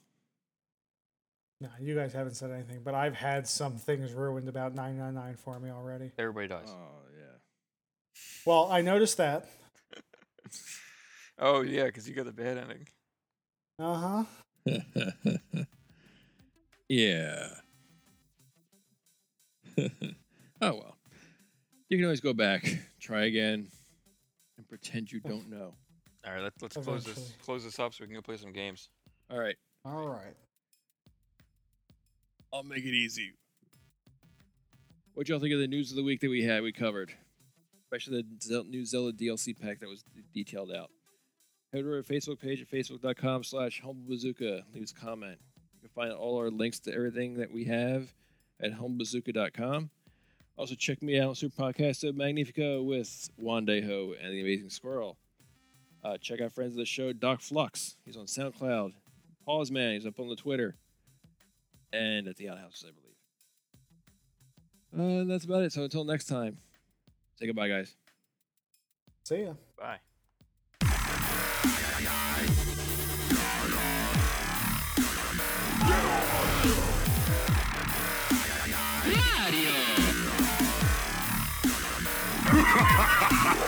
Speaker 2: No, you guys haven't said anything, but I've had some things ruined about 999 for me already.
Speaker 3: Everybody dies.
Speaker 1: Oh, yeah.
Speaker 2: Well, I noticed that.
Speaker 3: Oh yeah, because you got the bad ending.
Speaker 2: Uh huh.
Speaker 1: yeah. oh well. You can always go back, try again, and pretend you don't know.
Speaker 3: All right, let's let's close this
Speaker 2: Eventually.
Speaker 3: close this up so we can go play some games.
Speaker 1: All right.
Speaker 2: All right.
Speaker 1: I'll make it easy. What y'all think of the news of the week that we had? We covered, especially the Zel- new Zelda DLC pack that was d- detailed out. Head over to our Facebook page at facebook.com/slash humblebazooka. Leave us a comment. You can find all our links to everything that we have at humblebazooka.com. Also, check me out on Super Podcast Magnifico with Wandejo and the Amazing Squirrel. Uh, check out friends of the show, Doc Flux. He's on SoundCloud. Pause Man. He's up on the Twitter and at the outhouses, I believe. Uh, and that's about it. So until next time, say goodbye, guys.
Speaker 2: See ya.
Speaker 3: Bye.
Speaker 4: Mario!